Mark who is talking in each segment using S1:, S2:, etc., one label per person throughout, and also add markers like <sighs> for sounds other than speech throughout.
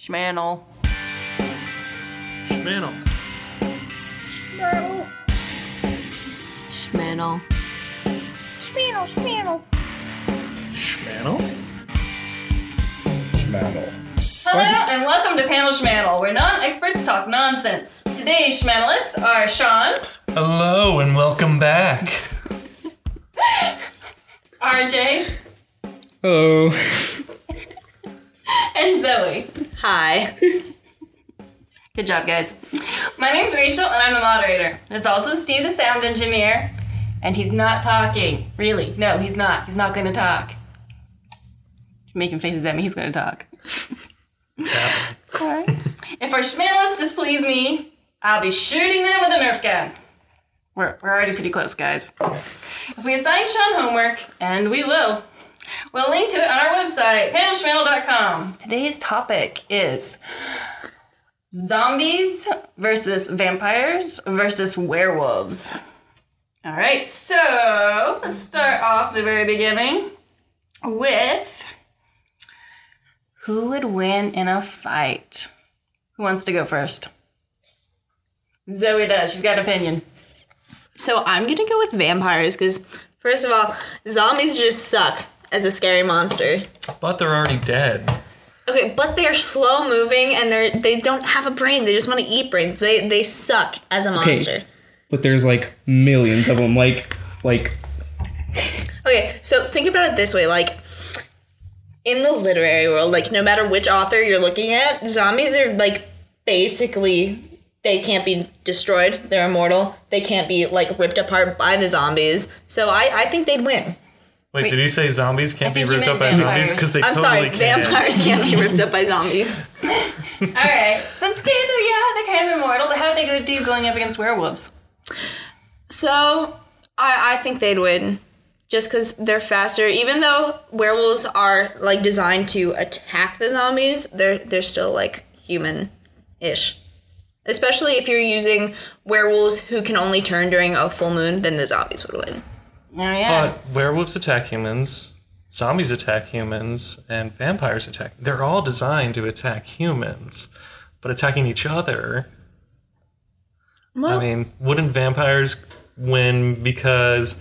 S1: Schmannel.
S2: Schmannel.
S3: Schmannel.
S2: Schmannel?
S4: Schmattle.
S1: Hello and welcome to Panel Schmannel, where non-experts talk nonsense. Today's Schmannelists are Sean,
S2: Hello and welcome back.
S1: RJ, <laughs>
S4: Hello.
S1: and Zoe.
S3: Hi.
S1: <laughs> Good job, guys. My name's Rachel, and I'm the moderator. There's also Steve, the sound engineer, and he's not talking. Really? No, he's not. He's not going to talk. He's making faces at me. He's going to talk. All right. If our schmannelists displease me, I'll be shooting them with a Nerf gun. We're, we're already pretty close, guys. If we assign Sean homework, and we will, we'll link to it on our website, panelschmannel.com. Today's topic is zombies versus vampires versus werewolves. All right, so let's start off the very beginning with who would win in a fight? Who wants to go first? Zoe does. She's got an opinion.
S3: So I'm gonna go with vampires because, first of all, zombies just suck as a scary monster.
S2: But they're already dead.
S3: Okay, but they're slow moving and they're they don't have a brain. They just want to eat brains. They they suck as a monster.
S4: But there's like millions of them. Like, like
S3: Okay, so think about it this way, like in the literary world, like no matter which author you're looking at, zombies are like basically they can't be destroyed. They're immortal. They can't be like ripped apart by the zombies. So I, I think they'd win.
S2: Wait, did he say zombies can't be
S1: think you
S2: ripped up
S1: meant
S2: by zombies?
S1: vampires.
S2: Because they
S3: I'm
S2: totally
S3: sorry,
S2: can.
S3: vampires can't be ripped up by zombies.
S1: All <laughs> right, so that's kind of yeah, they're kind of immortal. But how would they go do going up against werewolves?
S3: So I, I think they'd win. Just because they're faster, even though werewolves are like designed to attack the zombies, they're they're still like human-ish. Especially if you're using werewolves who can only turn during a full moon, then the zombies would win.
S1: Oh yeah,
S2: But werewolves attack humans, zombies attack humans, and vampires attack. They're all designed to attack humans, but attacking each other. I mean, wouldn't vampires win because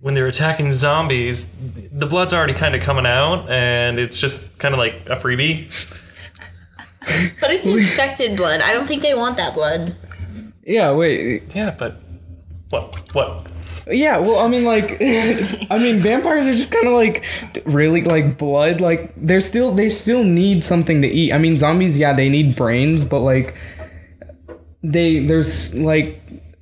S2: when they're attacking zombies, the blood's already kind of coming out, and it's just kind of like a freebie.
S3: But it's infected blood. I don't think they want that blood.
S4: yeah. Wait.
S2: Yeah, but what? What?
S4: Yeah. Well, I mean, like, <laughs> I mean, vampires are just kind of like really like blood. Like, they're still they still need something to eat. I mean, zombies. Yeah, they need brains, but like, they there's like.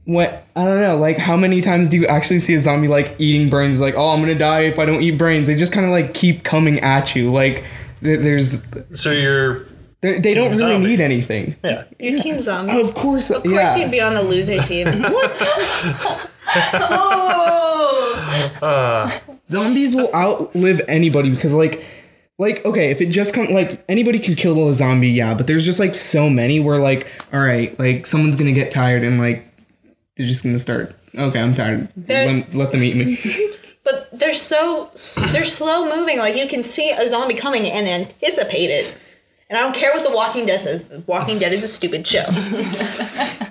S4: What I don't know, like how many times do you actually see a zombie like eating brains? Like, oh, I'm gonna die if I don't eat brains. They just kind of like keep coming at you. Like, th- there's
S2: So you're
S4: They, they don't really
S2: zombie.
S4: need anything.
S2: yeah.
S3: Your team zombie.
S4: Of course,
S3: Of course, you'd be on the loser team.
S4: zombies will outlive anybody because like, like okay, if it just comes like anybody can kill a zombie, yeah, but there's just like so many where like, all right, like someone's gonna get tired and like they're just gonna start. Okay, I'm tired.
S3: They're-
S4: Let, let them eat me.
S3: But they're so they're slow moving. Like you can see a zombie coming and anticipate it. And I don't care what The Walking Dead says. The Walking Dead is a stupid show.
S1: How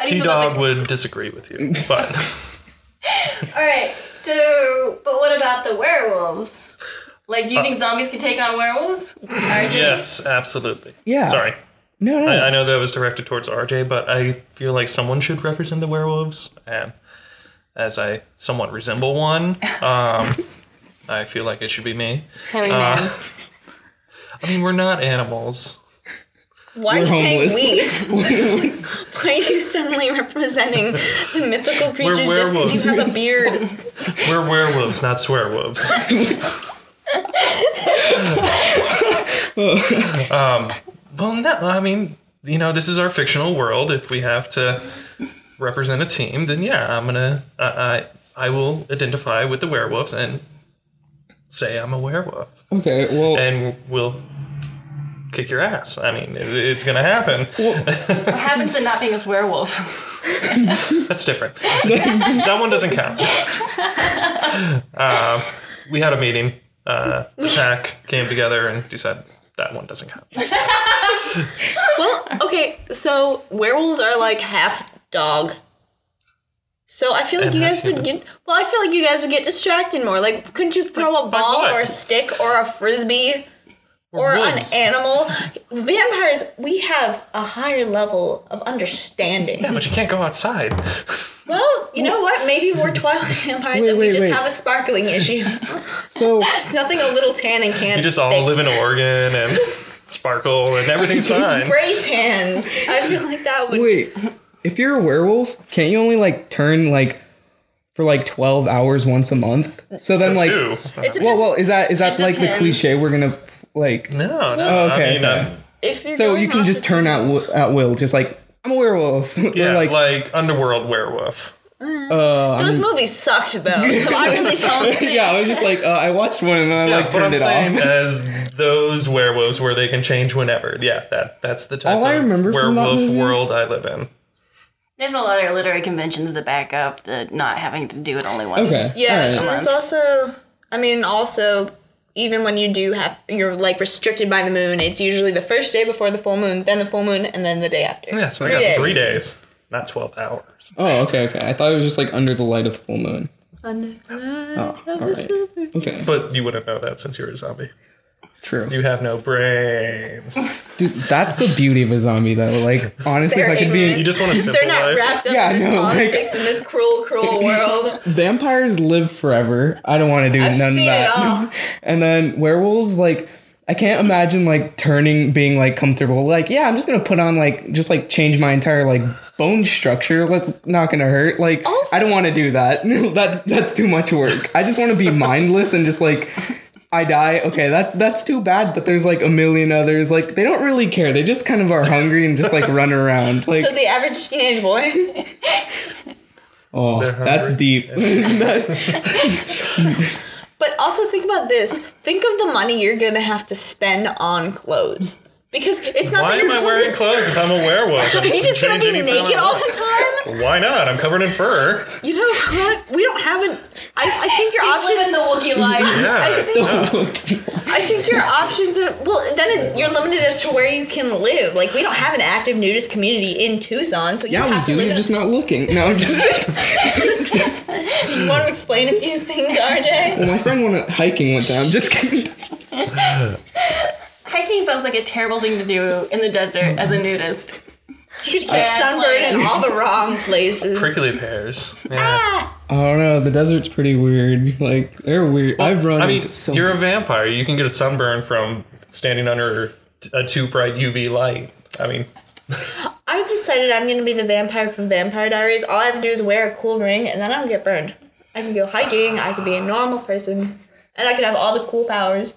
S1: do
S2: T
S1: you feel about the-
S2: Dog would disagree with you, but.
S1: <laughs> All right. So, but what about the werewolves? Like, do
S2: Uh.
S1: you think zombies can take on werewolves? RJ?
S2: Yes, absolutely.
S4: Yeah.
S2: Sorry.
S4: No, no,
S2: I, I know that was directed towards RJ, but I feel like someone should represent the werewolves, and as I somewhat resemble one,
S3: <laughs>
S2: um, I feel like it should be me. Uh,
S3: Hairy man.
S2: <laughs> I mean, we're not animals.
S3: Why are you
S4: We're
S3: saying
S4: homeless.
S3: we? <laughs> Why are you suddenly representing the mythical creature just because
S2: werewolves.
S3: you have a beard?
S2: We're werewolves, not swearwolves. um, Um, well, no, I mean, you know, this is our fictional world. If we have to represent a team, then yeah, I'm gonna, I, I, I will identify with the werewolves and say I'm a werewolf,
S4: Okay, well,
S2: and we'll kick your ass. I mean, it, it's gonna happen.
S1: What happens to not being a werewolf? <laughs>
S2: That's different. <laughs> that one doesn't count. Um,
S4: <laughs>
S2: we had a meeting. Uh, the pack came together and decided that one doesn't count.
S3: Well, okay, so werewolves are like half dog. So I feel like
S2: And
S3: you
S2: half
S3: guys would
S2: human.
S3: get well, I feel like you guys would get distracted more. Like couldn't you throw a
S2: by
S3: ball
S2: what?
S3: or a stick or a frisbee
S2: We're
S3: or an
S2: wolves.
S3: animal? Vampires, we have a higher level of understanding.
S2: Yeah, but you can't go outside.
S3: Well, you know what? Maybe
S2: <laughs>
S3: we're Twilight vampires
S4: Wait,
S3: and we
S4: wait,
S3: just
S4: wait.
S3: have a sparkling issue.
S4: So
S3: It's nothing a little tanning can't
S2: You just all
S3: fix.
S2: live in Oregon and <laughs> sparkle and everything's fine.
S3: Spray tans. I feel like that would.
S4: wait, if you're a werewolf, can't you only like turn like for like twelve hours once a month? So then
S2: Says
S4: like,
S2: who?
S3: It depends.
S4: well, well, is that is that like the
S1: depends.
S4: cliche we're gonna like?
S2: No, no.
S4: Oh, okay,
S2: I mean,
S4: okay.
S2: um,
S3: if you're
S4: So
S3: going
S4: you can
S3: off
S4: just
S3: the
S4: turn
S3: two-
S4: at wi- at will, just like I'm a werewolf. <laughs> Or,
S2: yeah, like,
S4: like,
S2: underworld werewolf.
S4: uh, I'm-
S2: Mm.
S3: Those movies sucked though,
S2: <laughs>
S3: so I really don't think.
S4: yeah, I was just like uh, I watched one and then I
S2: Yeah,
S4: like
S2: but I'm
S4: turned it
S2: saying uh,
S4: off.
S2: as those werewolves where they can change whenever. Yeah, that that's the type
S4: All
S2: of
S4: I remember from that
S2: werewolf
S4: movie-
S2: world I live in.
S1: There's a lot of literary conventions that back up the not having to do it only once.
S4: <laughs> Okay.
S3: Yeah,
S4: Alright.
S3: and it's also. I mean, also, even when you do have, you're like restricted by the moon. It's usually the first day before the full moon, then the full moon, and then the day after.
S2: Yeah, so I
S3: Three
S2: got
S3: days.
S2: three days, not twelve hours.
S4: Oh, okay, okay. I thought it was just like under the light of the full moon. Oh, all right. Okay,
S2: But you wouldn't know that since you were a zombie.
S4: true.
S2: You have no brains.
S4: Dude, that's the beauty of a zombie, though. Like, honestly, if
S3: They're
S4: I could be
S2: You
S4: an-
S2: just want a simple
S3: <laughs> They're not
S2: life.
S3: wrapped up
S4: Yeah, I
S3: in this
S4: know, like-
S3: politics in this cruel,
S2: <laughs>
S3: cruel world.
S4: vampires live forever. I don't want to do
S3: I've
S4: none
S3: seen
S4: of that.
S3: it all.
S4: <laughs> and then werewolves, like, I can't imagine like turning, being like comfortable. Like, yeah, I'm just gonna put on like, just like change my entire like bone structure. That's not gonna hurt. Like,
S3: Also-
S4: I don't want to do that. <laughs> that that's too much work. I just
S3: <laughs>
S4: want to be mindless and just like. I die. Okay, that that's too bad. But there's like a million others. Like they don't really care. They just kind of are hungry and just like run around. Like
S3: <laughs> So the average teenage boy. <laughs>
S4: oh,
S2: They're
S4: that's
S2: hungry.
S4: deep.
S3: But also think about this. Think of the money you're gonna have to spend on clothes. Because it's not
S2: Why
S3: that
S2: am
S3: your
S2: I
S3: clothes <laughs>
S2: wearing clothes if I'm a werewolf?
S3: Are <laughs> you just gonna be
S2: Change anytime
S3: naked
S2: I
S3: all
S2: want.
S3: the time?
S2: Why not? I'm covered in
S3: <laughs>
S2: fur.
S3: You know what? We don't have an I, I think your options
S1: Options the Wookiee life. <laughs>
S2: Yeah.
S3: <laughs> I
S2: <laughs>
S3: think,
S4: <laughs>
S3: I think your options are well. Then it, you're limited as to where you can live. Like we don't have an active nudist community in Tucson, so you
S4: Yeah,
S3: have to
S4: we do.
S3: live.
S4: You're
S3: in,
S4: just not looking. No, I'm just, <laughs>
S3: <laughs> do you want to explain a few things, RJ?
S4: well, my friend went hiking one time. Just kidding.
S1: Hiking sounds like a terrible thing to do in the desert as a nudist.
S3: You get
S1: Yeah,
S3: sunburned in
S1: like-
S3: all the wrong places.
S2: Prickly pears. Yeah.
S3: Ah,
S4: <laughs> I don't know. The desert's pretty weird. Like they're weird. I've run.
S2: I mean,
S4: into so
S2: you're a vampire. You can get a sunburn from standing under t- a too bright UV light. I mean,
S3: I've decided I'm gonna be the vampire from Vampire Diaries. All I have to do is wear a cool ring, and then I don't get burned. I can go hiking. I can be a normal person, and I can have all the cool powers.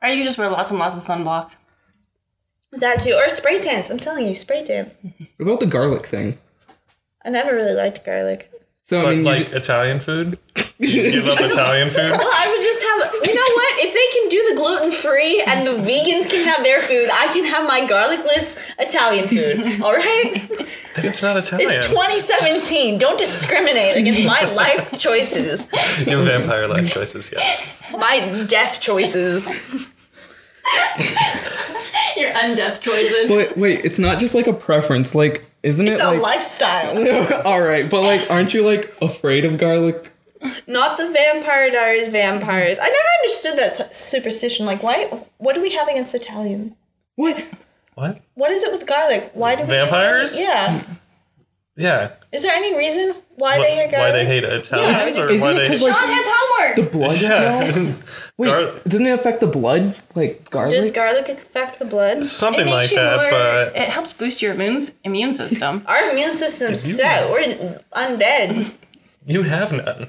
S1: Or you just wear lots and lots of sunblock.
S3: That too, or spray tans. I'm telling you, spray tans.
S4: What about the garlic thing?
S3: I never really liked garlic.
S4: So I
S2: but
S4: mean, you
S2: like Italian
S4: <laughs>
S2: food. You give up Italian food.
S3: Well, I would just have. You know what? If they can do the gluten free and the vegans can have their food, I can have my garlicless Italian food. All right?
S2: It's not Italian.
S3: It's 2017. Don't discriminate against my life choices,
S2: Your vampire life choices. Yes.
S3: my death choices.
S1: Your undeath
S2: <laughs>
S1: choices.
S4: ju- wait, wait, it's not just like a preference. Like, isn't
S3: It's
S4: it
S3: a
S4: like?
S3: lifestyle.
S4: <laughs> All right, but like, aren't you like afraid of garlic?
S3: Not the Vampire Diaries vampires. I never understood that su- superstition. Like, why? What do we have against Italians?
S4: What?
S2: What?
S3: What is it with garlic? Why do we
S2: Vampires?
S3: Yeah.
S2: Yeah.
S3: Is there any reason why
S2: Why
S3: they hate
S2: they,
S3: garlic?
S2: hate Italians
S4: Yeah,
S2: or
S4: isn't
S2: why
S4: it
S2: they
S4: 'cause,
S2: <laughs>
S4: like,
S1: John has homework.
S4: The blood
S2: yeah. <laughs>
S4: smells. Wait,
S2: Gar-
S4: doesn't it affect the blood? Like
S3: Does
S4: garlic?
S3: garlic affect the blood?
S1: It
S2: something
S1: makes
S2: like
S1: you
S2: that.
S1: more-
S2: But
S1: it helps boost your immune immune system.
S3: Our immune system's
S2: If you-
S3: set. We're undead.
S2: you have none.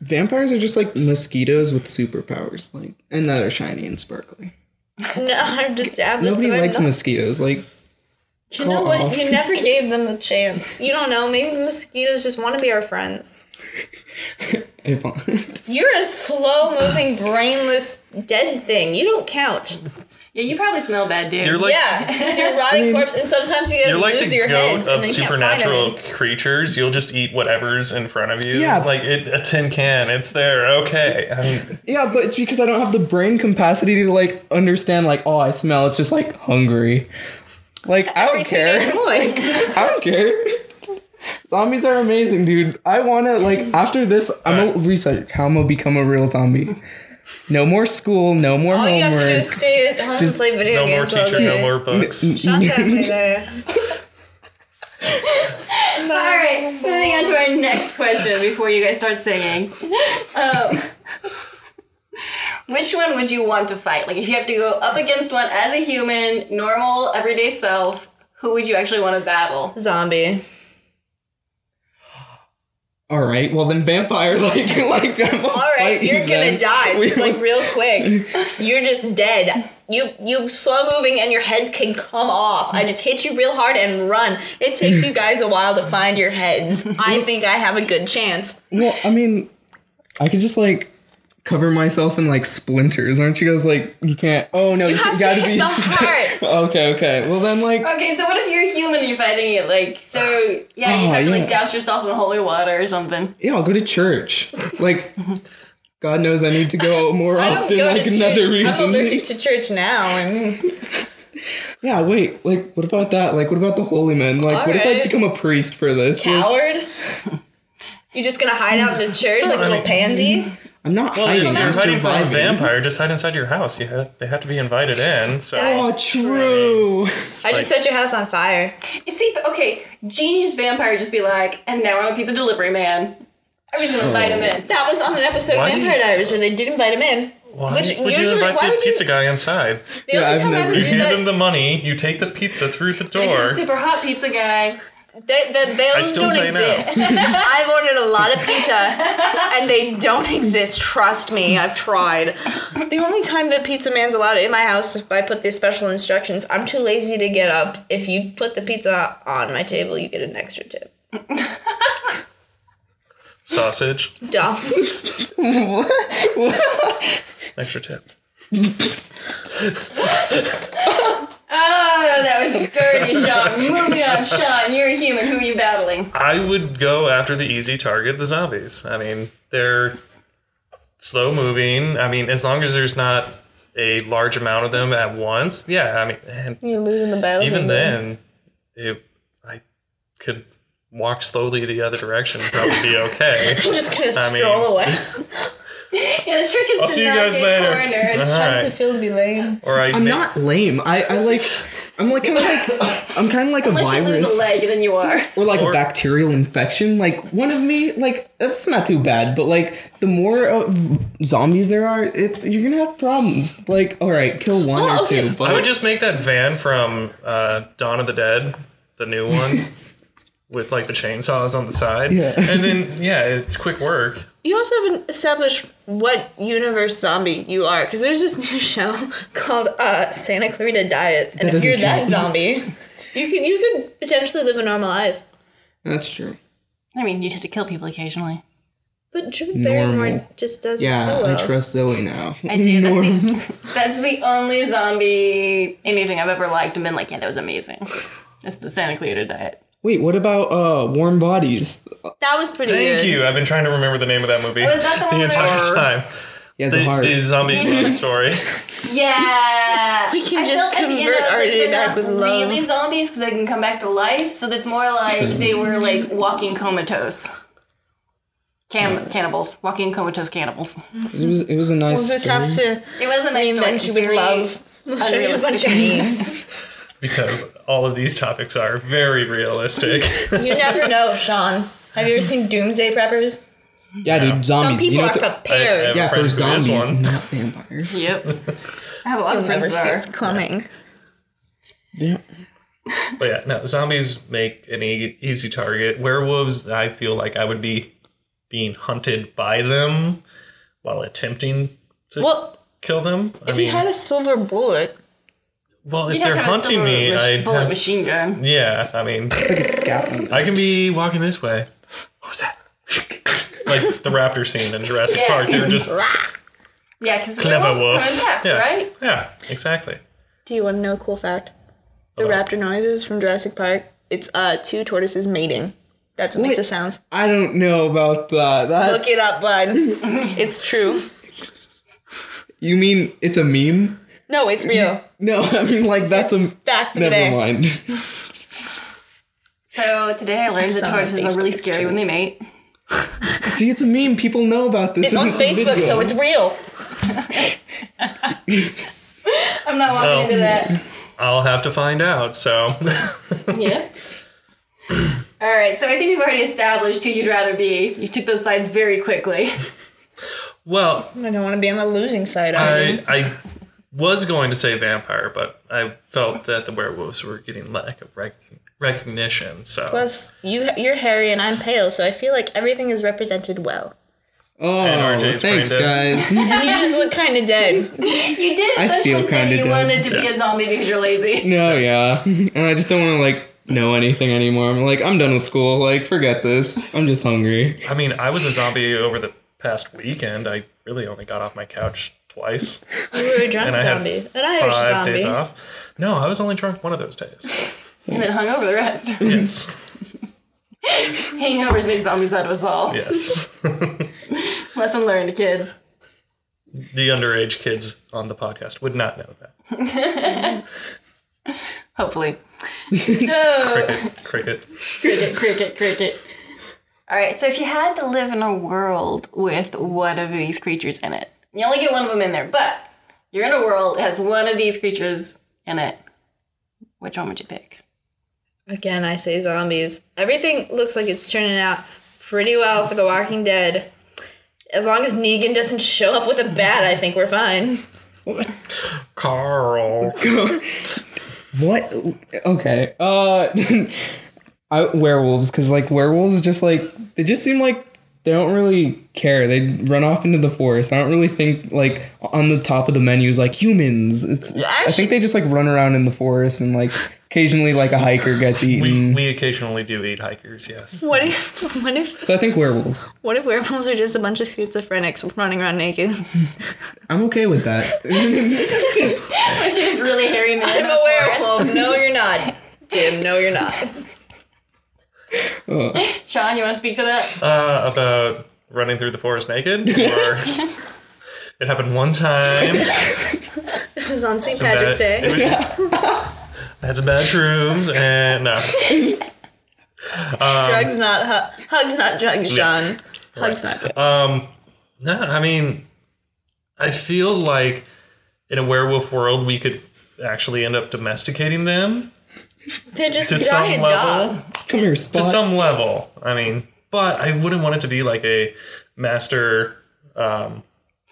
S4: Vampires are just like mosquitoes with superpowers, like, and that are shiny and sparkly.
S3: No, I'm just established.
S4: Nobody
S3: that I'm
S4: likes
S3: not-
S4: mosquitoes. Like,
S3: You know
S4: Go
S3: what?
S4: off.
S3: You never gave them a chance. You don't know. Maybe the mosquitoes just want to be our friends.
S4: Avon.
S3: You're a slow moving, brainless, dead thing. You don't count.
S1: Yeah, you probably smell bad, dude.
S2: You're like
S3: yeah, because you're a rotting corpse, and sometimes you guys
S2: you're like
S3: lose
S2: the
S3: your heads
S2: goat
S3: and
S2: of
S3: then can't find 'em
S2: supernatural
S3: anymore.
S2: creatures. You'll just eat whatever's in front of you.
S4: Yeah.
S2: like it, a tin can. It's there. Okay. I mean,
S4: Yeah, but it's because I don't have the brain capacity to like understand like oh I smell. It's just like hungry. Like I
S3: Every
S4: don't care.
S3: teenage
S4: <laughs>
S3: boy.
S4: I don't care. Zombies are amazing, dude. I wanna like after this, I'm gonna research how I'm gonna become a real zombie. No more school, no more
S3: All you
S4: homework.
S3: have to do is stay at home
S4: Just
S3: and play video
S2: no more
S3: games all
S2: teacher,
S3: day.
S2: no more books.
S3: Sean's
S4: <laughs>
S3: happy there.
S1: All right, moving on to our next question before you guys start singing. Um, which one would you want to fight? Like, if you have to go up against one as a human, normal, everyday self, who would you actually want to battle?
S3: Zombie.
S4: All right, well then, vampire. <laughs> Like, like I'm gonna
S3: All right,
S4: fight you
S3: you're gonna
S4: then.
S3: die.
S4: We-
S3: Just like real
S4: <laughs>
S3: quick. You're just dead. You you slow moving and your heads can come off. I just hit you real hard and run. It takes you guys a while to find your heads. I think I have a good chance.
S4: Well, I mean, I could just like cover myself in like splinters. Aren't you guys like you can't? Oh no, you,
S3: have to
S4: gotta
S3: hit
S4: be.
S3: the
S4: st-
S3: heart.
S4: <laughs> okay, okay. Well then, like
S1: Okay, so what if you're human and you're fighting it? Like, so yeah, you
S4: Oh,
S1: have to like
S4: yeah.
S1: douse yourself in holy water or something.
S4: yeah, I'll go to church. Like, God knows I need
S3: <laughs>
S4: to go more
S3: I don't
S4: often.
S3: go
S4: Like
S3: to
S4: another
S3: church.
S4: reason.
S3: I'm allergic to church now. I mean,
S4: Yeah, wait. Like, what about that? Like, what about the holy men? Like, what if I
S3: Alright.
S4: become a priest for this? Like,
S3: coward. You just gonna hide out
S4: <laughs>
S3: in the church like a little pansy?
S4: I'm not
S2: Well,
S4: hiding.
S2: you're
S4: I'm
S2: hiding from a
S4: surviving.
S2: vampire. Just hide inside your house. You have, they have to be invited in. So
S3: Guys.
S4: Oh, true.
S3: I just set your house on fire.
S1: See, but okay, genius vampire would just be like, and now I'm a pizza delivery man. I'm just
S4: Oh,
S1: gonna fight him in.
S3: That was on an episode
S2: Why
S3: of
S2: do you-
S3: Vampire Diaries where they did invite him in.
S2: why
S3: Which
S2: would you
S3: usually-
S2: invite
S3: why
S2: the
S3: would you-
S2: pizza guy inside?
S3: The
S4: Yeah,
S3: only
S4: I've
S3: time I
S4: never-
S3: ever
S2: You
S4: <laughs> You
S3: did
S2: give
S3: that,
S2: them the money. You take the pizza through the
S1: If he's a
S2: door.
S1: super hot pizza guy.
S3: They, they,
S2: I
S3: those
S2: still
S3: don't
S2: say no. <laughs>
S3: exist. I've ordered a lot of pizza and they don't exist. Trust me, I've tried. The only time that Pizza Man's allowed in my house is if I put the special instructions. I'm too lazy to get up. If you put the pizza on my table, you get an extra tip.
S2: Sausage.
S3: Dumb.
S2: Extra tip.
S1: Oh, that was
S2: <laughs>
S1: dirty, Sean. Moving on, Sean. You're a human. Who are you battling?
S2: I would go after the easy target, the zombies. I mean, they're slow moving. I mean, as long as there's not a large amount of them at once, yeah. I mean, and
S3: <laughs> You're losing the battle.
S2: even then, it, I could walk slowly the other direction, and probably be okay.
S3: I'm <laughs> just gonna
S2: I
S3: stroll
S2: mean-
S3: away.
S1: Yeah, the trick is
S2: I'll
S1: to
S2: see you
S1: not
S2: guys
S1: get
S2: later. Uh-huh. All
S1: cornered.
S2: right.
S3: feel to be lame?
S2: Or I
S4: I'm
S2: make-
S4: not lame. I, I like. I'm like kind of like. I'm kind of like a
S1: Unless you
S4: virus.
S1: lose a leg, then you are.
S4: or like
S2: Or-
S4: a bacterial infection. Like one of me, like that's not too bad. But like the more uh, zombies there are, it's you're gonna have problems. Like all right, kill one
S3: Well,
S4: or
S3: okay.
S4: two.
S2: I
S4: But
S2: would just make that van from uh, Dawn of the Dead, the new one,
S4: <laughs>
S2: with like the chainsaws on the side.
S4: Yeah.
S2: And then, yeah, it's quick work.
S3: You also haven't established what universe zombie you are, because there's this new <laughs> show called uh, Santa Clarita Diet, and if
S4: doesn't
S3: you're that
S4: count.
S3: zombie, you could you could potentially live a normal life.
S4: that's true.
S1: I mean, you'd have to kill people occasionally.
S3: But Drew Barrymore
S4: Normal.
S3: just does
S4: Yeah,
S3: it so uh, well.
S4: I trust Zoe now.
S1: I do. That's the, <laughs> that's the only zombie anything I've ever liked and been like, yeah, that was amazing. That's the Santa Clarita diet.
S4: Wait, what about uh warm bodies?
S3: that was pretty
S2: Thank
S3: good.
S2: you. I've been trying to remember the name of that movie
S1: Was Oh, that the one
S2: the
S1: where-
S2: entire time.
S4: He has a
S2: The,
S4: heart.
S2: the
S1: <laughs>
S2: zombie blood story.
S1: Yeah.
S3: We can
S1: I
S3: just
S1: felt at the end,
S3: convert
S1: I was
S3: our
S1: like,
S3: day
S1: they're
S3: back
S1: not
S3: with love.
S1: really zombies because they can come back to life. So that's more like they were like walking comatose. Cam- cannibals, walking comatose cannibals.
S4: it was it was a nice.
S3: We'll just
S4: story.
S3: have to
S1: It was a nice
S3: reinvent
S1: story.
S3: you with
S1: Very-
S3: love. We'll show you a bunch of
S1: unrealistic.
S3: memes.
S2: Because all of these topics are very realistic.
S1: <laughs>
S3: you never know, Sean. Have you ever seen Doomsday Preppers?
S4: Yeah, dude,
S3: Some
S4: zombies.
S3: people
S4: you know
S3: are
S4: what the-
S3: prepared.
S2: I-
S4: yeah,
S2: Friend
S4: for
S2: who is
S4: zombies,
S2: one.
S4: <laughs> not vampires.
S1: Yep. I have a lot of
S3: Never
S1: friends
S3: see
S1: that
S3: it's coming.
S4: Yeah.
S2: But yeah, no, zombies make an e- easy target. Werewolves, I feel like I would be being hunted by them while attempting to
S3: Well,
S2: kill them. I
S3: if
S2: mean,
S3: you had a silver bullet,
S2: well,
S1: you
S2: if they're hunting me, I
S1: bullet machine gun.
S2: yeah, I mean,
S4: It's like a Gatling.
S2: I can be walking this way. What was that? like the raptor scene in Jurassic
S1: Yeah.
S2: Park. They're just
S1: Yeah, because
S2: clever
S1: werewolves
S2: wolf.
S1: turn backs,
S2: yeah.
S1: right?
S2: Yeah, exactly.
S3: Do you want to know a cool fact? The
S2: Hello.
S3: raptor noises from Jurassic Park. It's uh two tortoises mating. That's what makes
S4: Wait.
S3: the sounds.
S4: I don't know about that. That
S3: Look it up, bud. it's true.
S4: you mean it's a meme?
S3: No, it's real.
S4: No, <laughs> I mean like that's a.
S3: Fact for the
S4: Never
S3: day.
S4: mind. <laughs>
S1: So today I learned that
S3: saw
S1: tortoises
S3: on
S1: are really
S3: Facebook,
S1: scary when they mate.
S4: See, it's a meme. People know about this.
S3: It's
S4: <laughs>
S3: on
S4: a
S3: Facebook, so
S4: video.
S3: it's real.
S1: I'm not walking
S2: No. into <laughs>
S1: that.
S2: I'll have to find out. So <laughs>
S1: yeah. All right, so I think we've already established who you'd rather be. You took those sides very quickly.
S2: well,
S3: I don't want to be on the losing side.
S2: I I was going to say vampire, but I felt that the werewolves were getting lack of rec- recognition. So
S3: Plus, you you're hairy and I'm pale, so I feel like everything is represented well. <laughs>
S2: NRJ
S4: Oh,
S2: is
S4: thanks,
S2: brain dead.
S4: guys. <laughs>
S3: You just look kind of dead.
S1: You did
S4: I feel
S1: essentially say that
S4: kinda
S1: you
S4: dumb.
S1: wanted to be a zombie because you're lazy.
S4: No, yeah. And I just don't want to, like, know anything anymore. I'm like, I'm done with school. Like, forget this. I'm just hungry.
S2: I mean, I was a zombie over the past weekend. I really only got off my couch twice.
S3: You were a drunk
S2: And I have
S3: zombie, an Irish
S2: Five days
S3: zombie.
S2: off. No, I was only drunk one of those days.
S1: And then hung over the
S2: <laughs>
S1: rest. <laughs>
S2: Yes.
S1: Hangovers make zombies out of us all.
S2: yes. <laughs>
S1: Lesson learned, kids.
S2: the underage kids on the podcast would not know that. <laughs>
S1: Hopefully. So,
S2: Cricket, cricket.
S1: cricket, cricket, cricket. All right, so if you had to live in a world with one of these creatures in it, you only get one of them in there, but you're in a world that has one of these creatures in it, which one would you pick? <laughs>
S3: Again, I say zombies. Everything looks like it's turning out pretty well for The Walking Dead. As long as Negan doesn't show up with a bat, I think we're fine.
S2: Carl.
S4: <laughs> What? Okay. Uh, <laughs> I, werewolves, because, like, werewolves just, like, they just seem like they don't really care. They run off into the forest. I don't really think, like, on the top of the menus, like, humans. It's, I think they just, like, run around in the forest and, like, occasionally, like, a hiker gets
S2: We,
S4: eaten.
S2: we occasionally do eat hikers, yes.
S3: <laughs> What if what if
S4: so I think werewolves.
S3: what if werewolves are just a bunch of schizophrenics running around naked?
S4: I'm okay
S2: <laughs>
S4: with that.
S1: Which is really hairy man.
S3: I'm a werewolf. No, you're not, Jim. No, you're <laughs> not.
S1: Sean, you want to speak to that?
S2: Uh, about running through the forest naked? Or <laughs> it happened one time.
S3: It was on St.
S2: some bad-
S3: Patrick's Day.
S2: it was- I had some bad shrooms and no.
S3: Drugs not hu- hugs, not drugs, Sean. Hugs not drugs.
S2: Um, no, I mean, I feel like in a werewolf world, we could actually end up domesticating them
S3: They're just
S2: to some
S3: giant
S2: level.
S3: dogs.
S4: Come here, Spot.
S2: To some level, I mean, but I wouldn't want it to be like a master um,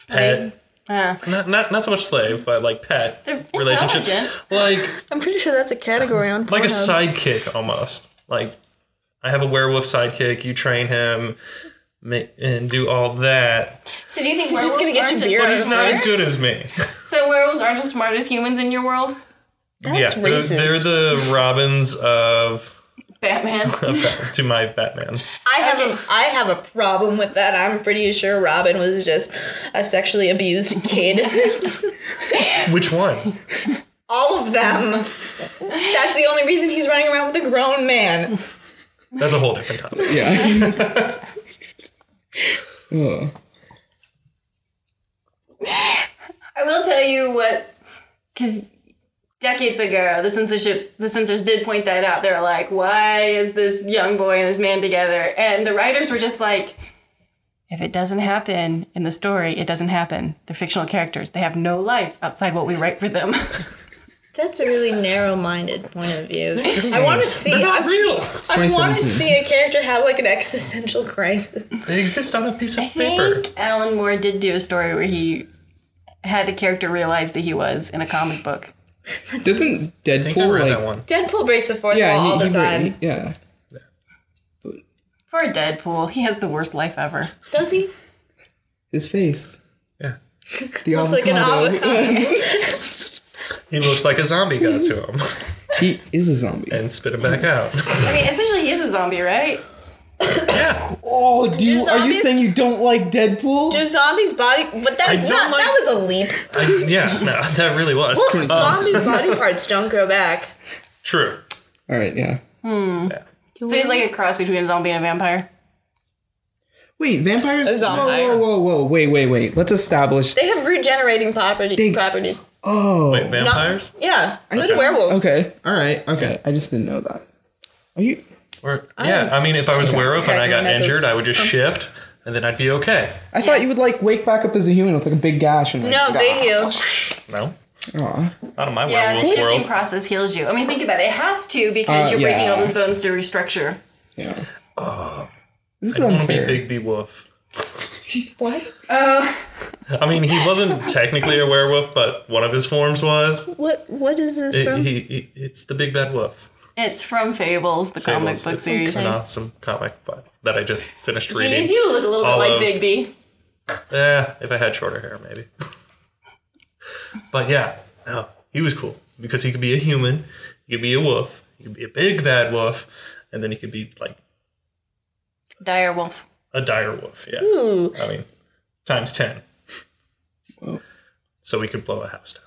S2: pet.
S1: Uh,
S2: Not, not not so much slave, but like pet
S1: They're
S2: relationship,
S1: intelligent.
S2: like
S3: I'm pretty sure that's a category on
S2: like a
S3: Pornhub.
S2: sidekick almost. Like I have a werewolf sidekick. You train him ma- and do all that,
S1: so do you think
S3: just
S1: werewolves
S3: gonna get
S1: aren't
S3: you
S2: but
S3: beer.
S1: as,
S2: he's not as good as me.
S1: so werewolves aren't as smart as humans in your world?
S3: That's
S2: they're-
S3: racist.
S2: They're, the Robins of
S1: Batman.
S2: of Bat-
S1: <laughs>
S2: to my Batman.
S3: I have
S1: Okay.
S3: a I have a problem with that. I'm pretty sure Robin was just a sexually abused kid. <laughs>
S2: Which one?
S3: All of them. That's the only reason he's running around with a grown man.
S2: That's a whole different topic.
S4: yeah.
S2: <laughs>
S4: <laughs> Ugh.
S1: I will tell you what, because decades ago, the censorship, the censors did point that out. They're like, why is this young boy and this man together? And the writers were just like, if it doesn't happen in the story, it doesn't happen. They're fictional characters. They have no life outside what we write for them.
S3: That's a really narrow-minded point of view. I want to see. I,
S2: Real.
S3: I want to
S4: 2017.
S3: see a character have like an existential crisis.
S2: They exist on a piece of
S1: I
S2: paper.
S1: think Alan Moore did do a story where he had a character realize that he was in a comic book.
S4: Doesn't
S2: I think I
S4: Deadpool
S2: read
S4: like?
S2: that one.
S3: Deadpool breaks the fourth
S4: Yeah,
S3: wall
S4: he-
S3: all the
S4: he-
S3: time.
S4: he- yeah.
S1: For Deadpool, he has the worst life ever.
S3: Does he?
S4: His face.
S2: Yeah.
S4: The
S3: Looks like an avocado.
S2: He looks like a zombie got to him <laughs>
S4: He is a zombie.
S2: and spit him back out.
S1: I mean, essentially, he is a zombie, right?
S2: Yeah.
S4: Oh, do you, are you
S3: zombies-
S4: saying you don't like Deadpool?
S3: Do zombies body? But that
S2: I
S3: is
S2: don't
S3: not.
S2: like-
S3: that was a leap.
S2: I- yeah, no, that really was.
S3: Look,
S2: Um,
S3: zombies' body parts don't grow back.
S2: true.
S4: All right, yeah.
S2: Yeah.
S1: So he's like a cross between a zombie and a vampire.
S4: Wait, vampires?
S3: A zombie.
S4: Whoa, whoa, whoa, whoa! Wait, wait, wait. Let's establish.
S3: They have regenerating property,
S4: They-
S3: properties.
S4: Oh.
S2: Wait, vampires?
S3: Yeah, so do werewolves.
S4: Okay. All right. Okay. I just didn't know that. Are you?
S2: Or, yeah, I mean, if I was a werewolf and I got
S3: cracking my knuckles.
S2: injured, I would just shift, and then I'd be okay.
S4: I thought you would like wake back up as a human with like a big gash and like,
S3: No, they heal.
S2: No,
S4: aw.
S2: not in my
S1: Yeah, the
S2: werewolf
S1: shifting
S2: world.
S1: process heals you. I mean, think about it. It has to because
S4: Uh,
S1: you're breaking
S4: yeah.
S1: all those bones to restructure.
S4: Yeah. this is
S2: I want to
S4: unfair.
S2: be Big B Wolf.
S3: What?
S1: Oh,
S2: I mean, he
S1: <laughs>
S2: wasn't technically a werewolf, but one of his forms was.
S3: What? What is this
S2: It-
S3: from?
S2: he, he- it's the Big Bad Wolf.
S1: it's from Fables, the comic
S2: Fables.
S1: book
S2: It's
S1: series.
S2: an awesome comic but that I just finished
S1: So you
S2: reading.
S1: do look a little bit
S2: all
S1: like
S2: of-
S1: Big B.
S2: Eh, if I had shorter hair, maybe. <laughs> but yeah, no, he was cool because he could be a human, he could be a wolf, he could be a big bad wolf, and then he could be like
S1: Dire Wolf. <laughs>
S2: a dire wolf. Yeah,
S3: Ooh.
S2: I mean, times ten. So we could blow a house down.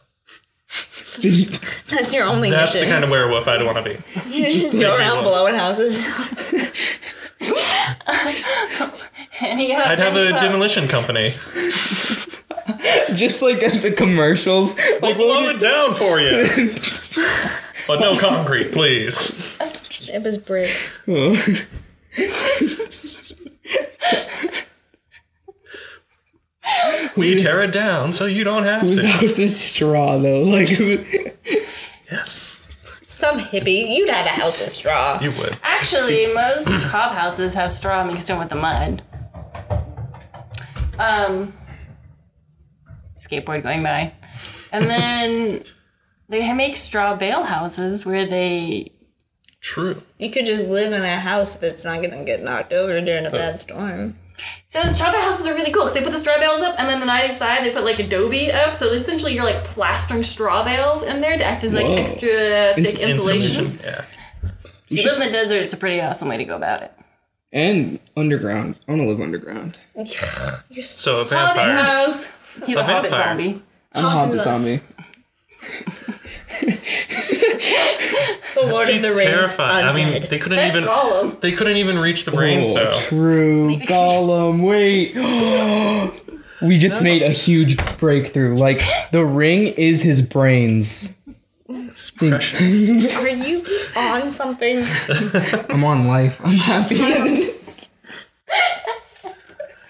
S4: Did he-
S3: That's your only
S2: That's the <laughs>
S3: mission.
S2: kind of werewolf I'd want to be.
S3: you just, go
S2: make me
S3: around
S2: look.
S3: blowing houses.
S1: And he
S2: I'd
S1: hugs
S2: have
S1: and he
S2: a
S1: puffs.
S2: demolition company.
S4: <laughs> just like at the commercials. <laughs>
S2: We'll
S4: what would
S2: blow it down for you. but no concrete, please.
S3: <laughs> it was bricks.
S4: you-
S2: We tear it down so you don't have
S4: Whose
S2: to.
S4: house is straw though? <laughs> Like,
S2: Yes,
S3: Some hippie. You'd have a house of straw.
S2: you would. <clears throat>
S1: Actually, most cob houses have straw mixed in with the mud. Um, skateboard going by, and then they make straw bale houses where they
S2: True.
S3: You could just live in a house that's not gonna get knocked over during a bad storm.
S1: So the straw bale houses are really cool because they put the straw bales up, and then on either side they put like adobe up. So essentially, you're like plastering straw bales in there to act as like
S4: Whoa.
S1: extra thick
S4: Ins-
S1: insulation.
S2: Yeah.
S1: If you live in the desert, it's a pretty awesome way to go about it.
S4: and underground. I want to live underground.
S3: You're so
S2: So a
S1: Hobbit
S2: vampire.
S1: house. He's a, hobbit
S2: vampire.
S1: zombie.
S4: I'm a hobbit
S3: Hobbit.
S4: zombie.
S3: the Lord of the Rings
S2: Terrifying. I mean,
S3: undead.
S2: they couldn't
S1: That's
S2: even
S1: Gollum.
S2: they couldn't even reach the brains
S4: oh,
S2: though.
S4: True. Gollum, wait. <gasps> we just made a huge breakthrough. Like, the ring is his brains.
S2: It's precious.
S3: Are you on something?
S4: I'm on life.
S1: <laughs>
S4: I'm happy.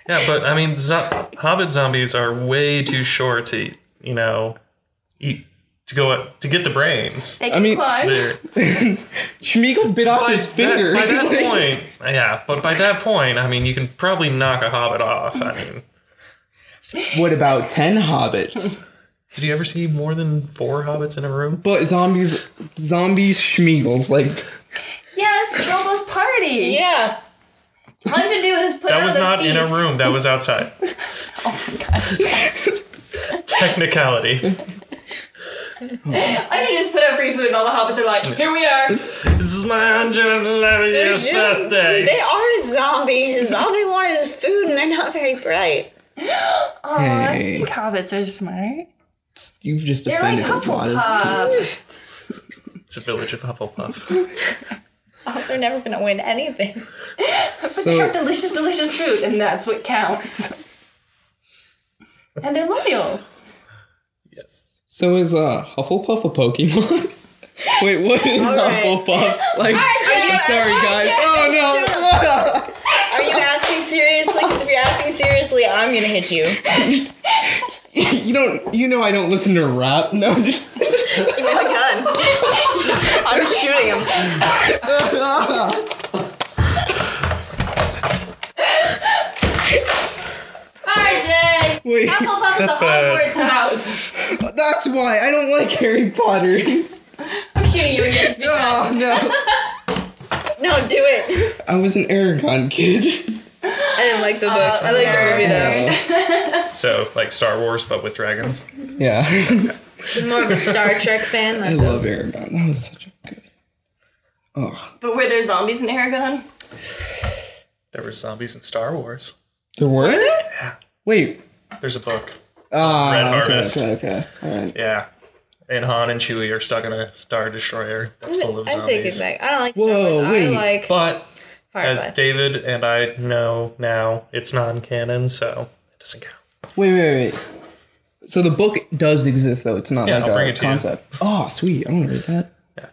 S2: yeah, but I mean, zo- hobbit zombies are way too short to you know eat to go out, to get the brains.
S1: They can
S4: mean,
S1: climb.
S2: They're-
S4: Schmiegel bit off
S2: by
S4: his
S2: that-
S4: finger.
S2: by
S4: <laughs>
S2: that point, yeah. But by that point, I mean, you can probably knock a hobbit off. I mean,
S4: what about 10 hobbits?
S2: did you ever see more than four hobbits in a room?
S4: But zombies, zombies, Schmiegels. Like,
S1: Yes, Bilbo's party.
S3: <laughs> yeah.
S1: All you have to do is put
S2: That
S1: on
S2: was
S1: a
S2: not in a
S1: feast. Oh
S2: room. That was
S1: <laughs>
S2: outside. <laughs> Technicality.
S1: All you have to do is put out free food, and all the hobbits are like, "Here we are."
S2: This is my 111th
S3: just-
S2: birthday.
S3: They are zombies. All they want is food and they're not very bright.
S1: Aw,
S4: Hey.
S1: I think hobbits are smart.
S4: you've just
S1: They're like
S4: offended a lot of.
S1: Hufflepuff.
S2: It's a village of Hufflepuff.
S3: Oh, they're never gonna win anything.
S1: They
S4: So,
S1: have delicious, delicious food, and that's what counts. and they're loyal.
S2: yes.
S4: so is uh, Hufflepuff a Pokemon? <laughs> Wait, what is
S3: right.
S4: Hufflepuff? Like, I'm sorry, guys. Oh no.
S3: Are you asking seriously? Because if you're asking seriously, I'm gonna hit <laughs> you.
S4: Oh, <laughs> You don't. You know I don't listen to rap. No. I'm just- <laughs>
S3: Give me the gun. I'm shooting him.
S1: RJ!
S4: <laughs> Wait.
S1: Hufflepuff is
S2: That's
S1: a
S2: bad.
S1: Hogwarts house.
S4: That's why I don't like Harry Potter. <laughs>
S1: I'm shooting you again just because.
S4: oh no.
S3: No, do it.
S4: I was an Aragon kid.
S3: I didn't like
S2: Uh,
S3: the books. I like the movie though.
S4: Uh,
S2: <laughs> So, like Star Wars, but with dragons.
S4: yeah. <laughs>
S3: I'm more of a Star
S2: <laughs>
S3: Trek fan
S4: I
S3: myself.
S4: love Aragon. That was such a good. Oh,
S1: But were there zombies in Aragon?
S2: There were zombies in Star Wars.
S4: There were? Wait.
S2: There's a book.
S4: Ah,
S2: Red
S4: okay,
S2: Harvest.
S4: Okay, okay. All right.
S2: Yeah. And Han and Chewie are stuck in a star destroyer that's full of
S3: I
S2: zombies.
S3: take it back. I don't like
S4: Whoa,
S3: Star Wars.
S4: wait.
S3: I like
S2: But as
S3: Firefly.
S2: David and I know now, it's non-canon, so it doesn't count.
S4: Wait, wait, wait. So the book does exist, though. It's not
S2: Yeah,
S4: like
S2: I'll
S4: a
S2: bring it to you.
S4: concept. Oh, sweet. I'm going to read that.
S2: Yeah.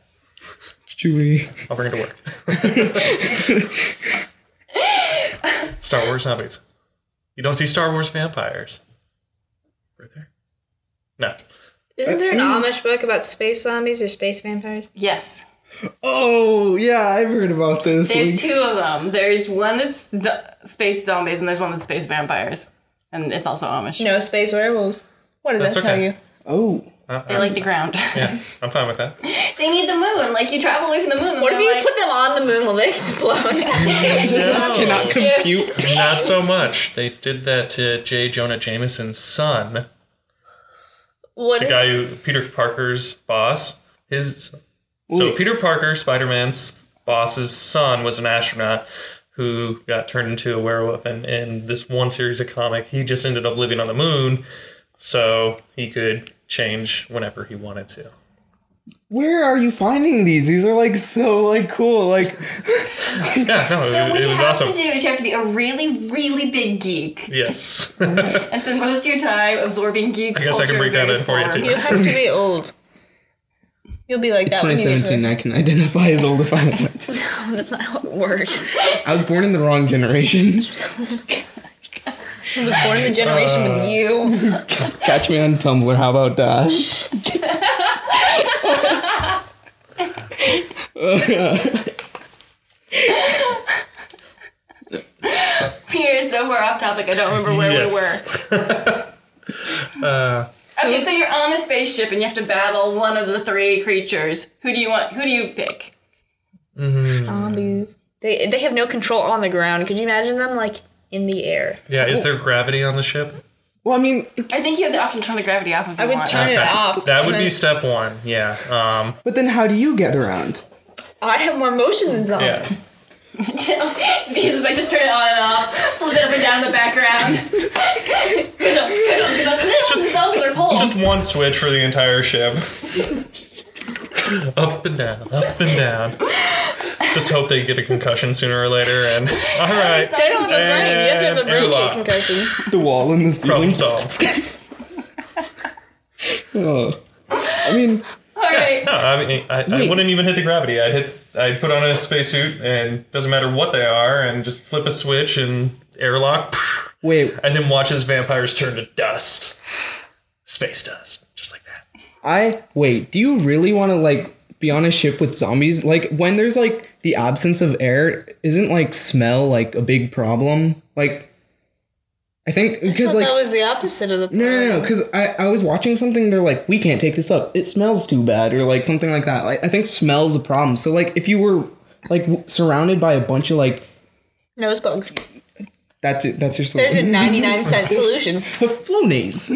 S4: Chewy.
S2: I'll bring it to work. <laughs> Star Wars zombies. You don't see Star Wars vampires. Right there. No.
S3: Isn't there an
S2: Mm.
S3: Amish book about space zombies or space vampires?
S1: Yes.
S4: Oh, yeah. I've heard about this.
S1: There's
S4: Like,
S1: two of them. There's one that's zo- space zombies, and there's one that's space vampires, and it's also Amish.
S3: No space werewolves. What does
S2: That's
S3: that tell
S2: okay.
S3: you?
S4: oh.
S2: I-
S1: They
S2: I-
S1: like the ground.
S2: yeah, I'm fine with that.
S1: <laughs> they need the moon. Like you travel away from the moon.
S3: What if you put them on the moon? Will
S2: <laughs>
S3: they <laughs> explode?
S4: Just
S2: No.
S4: cannot
S1: Shift.
S4: compute.
S2: Not so much. They did that to J. Jonah Jameson's son,
S3: what
S2: the
S3: if-
S2: guy who Peter Parker's boss. His so
S4: Wait.
S2: Peter Parker, Spider Man's boss's son, was an astronaut who got turned into a werewolf, and in this one series of comic, he just ended up living on the moon, so he could change whenever he wanted to.
S4: Where are you finding these? These are like so like cool. Like
S2: Yeah, no,
S1: So
S2: it,
S1: what
S2: it
S1: you
S2: was
S1: have
S2: awesome.
S1: to do is you have to be a really, really big geek,
S2: Yes,
S1: and spend most of your time absorbing geek.
S2: I guess I can
S1: culture in
S2: break that
S1: various
S2: down for you, too.
S1: forms. <laughs>
S3: You have to be old. You'll be like that when you get to
S4: 2017.
S3: it.
S4: I can identify as old if I
S1: <laughs>
S4: want.
S3: Oh, <laughs> that's not how it <laughs> works.
S4: I was born in the wrong
S3: I
S4: generation.
S3: was born in the generation
S2: Uh.
S3: with you.
S4: Catch me on Tumblr. How
S1: <laughs>
S4: about that? <laughs>
S1: We are so far off topic. I don't remember where we were.
S2: <laughs> yes.
S1: Okay, so you're on a spaceship and you have to battle one of the three creatures. Who do you want? Who do you pick?
S3: Zombies. They they have no control on the ground. Could you imagine them like in the air?
S2: Yeah, is there gravity on the ship?
S4: Well, I mean,
S1: I think you have the option to turn the gravity off if you
S3: I would
S1: want. <laughs>
S3: turn it
S2: Okay.
S3: off.
S2: That
S3: and
S2: would
S3: then-
S2: be step one. Yeah. Um,
S4: but then how do you get around?
S3: I have more motion than zombies.
S2: yeah.
S1: Jesus, I just turn it on and off, flip it up and down in the background. <laughs> good up, good up, good up. the zombies are pulled.
S2: Just one switch for the entire ship. up and down, up and down. Just hope they get a concussion sooner or later.
S3: <laughs>
S2: And all right,
S3: They don't have a brain. You have to have a
S2: And
S3: brain to
S2: airlock.
S3: get concussion.
S4: The wall and the
S2: problem
S4: ceiling.
S2: solved.
S3: <laughs>
S4: <laughs> Oh. I mean,
S1: All right.
S2: No, I mean, I, I
S4: Wait.
S2: wouldn't even hit the gravity. I'd hit. I'd put on a spacesuit, and doesn't matter what they are, and just flip a switch and airlock,
S4: wait.
S2: and then watch as vampires turn to dust, space dust, just like that.
S4: I wait. Do you really want to like be on a ship with zombies? Like when there's like the absence of air, isn't like smell like a big problem? Like, I think because like
S3: that was the opposite of the
S4: No, no, no, because I, I was watching something, they're like, we can't take this up. It smells too bad, or like something like that. Like, I think smell's a problem. So, like, if you were like w- surrounded by a bunch of like,
S3: nose bugs.
S4: that's, it, that's your
S3: There's a
S4: <laughs> solution.
S3: 99 cent solution.
S4: Flonase.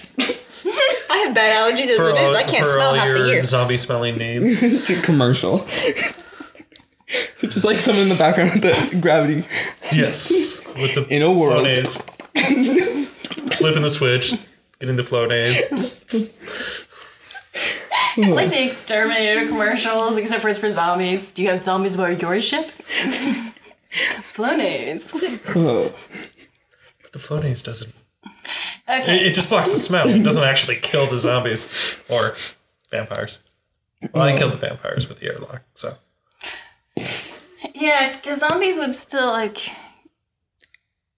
S4: <laughs>
S3: <laughs> I have bad allergies as it is. I can't
S2: for
S3: smell
S2: all
S3: half the
S2: your
S3: year.
S2: Zombie smelling
S4: <laughs>
S2: needs.
S4: It's a commercial. Just like someone in the background with the gravity.
S2: yes, with the
S4: In a world.
S2: Flonase. flipping the switch, getting the flonase.
S1: It's like the exterminator commercials, except for it's for zombies. Do you have zombies aboard your ship? <laughs> Flonase.
S4: Oh.
S2: But the flonase doesn't.
S1: Okay.
S2: It, it just blocks the smell. It doesn't actually kill the zombies or vampires. Well, I killed the vampires with the airlock, so
S1: Yeah, because zombies would still like.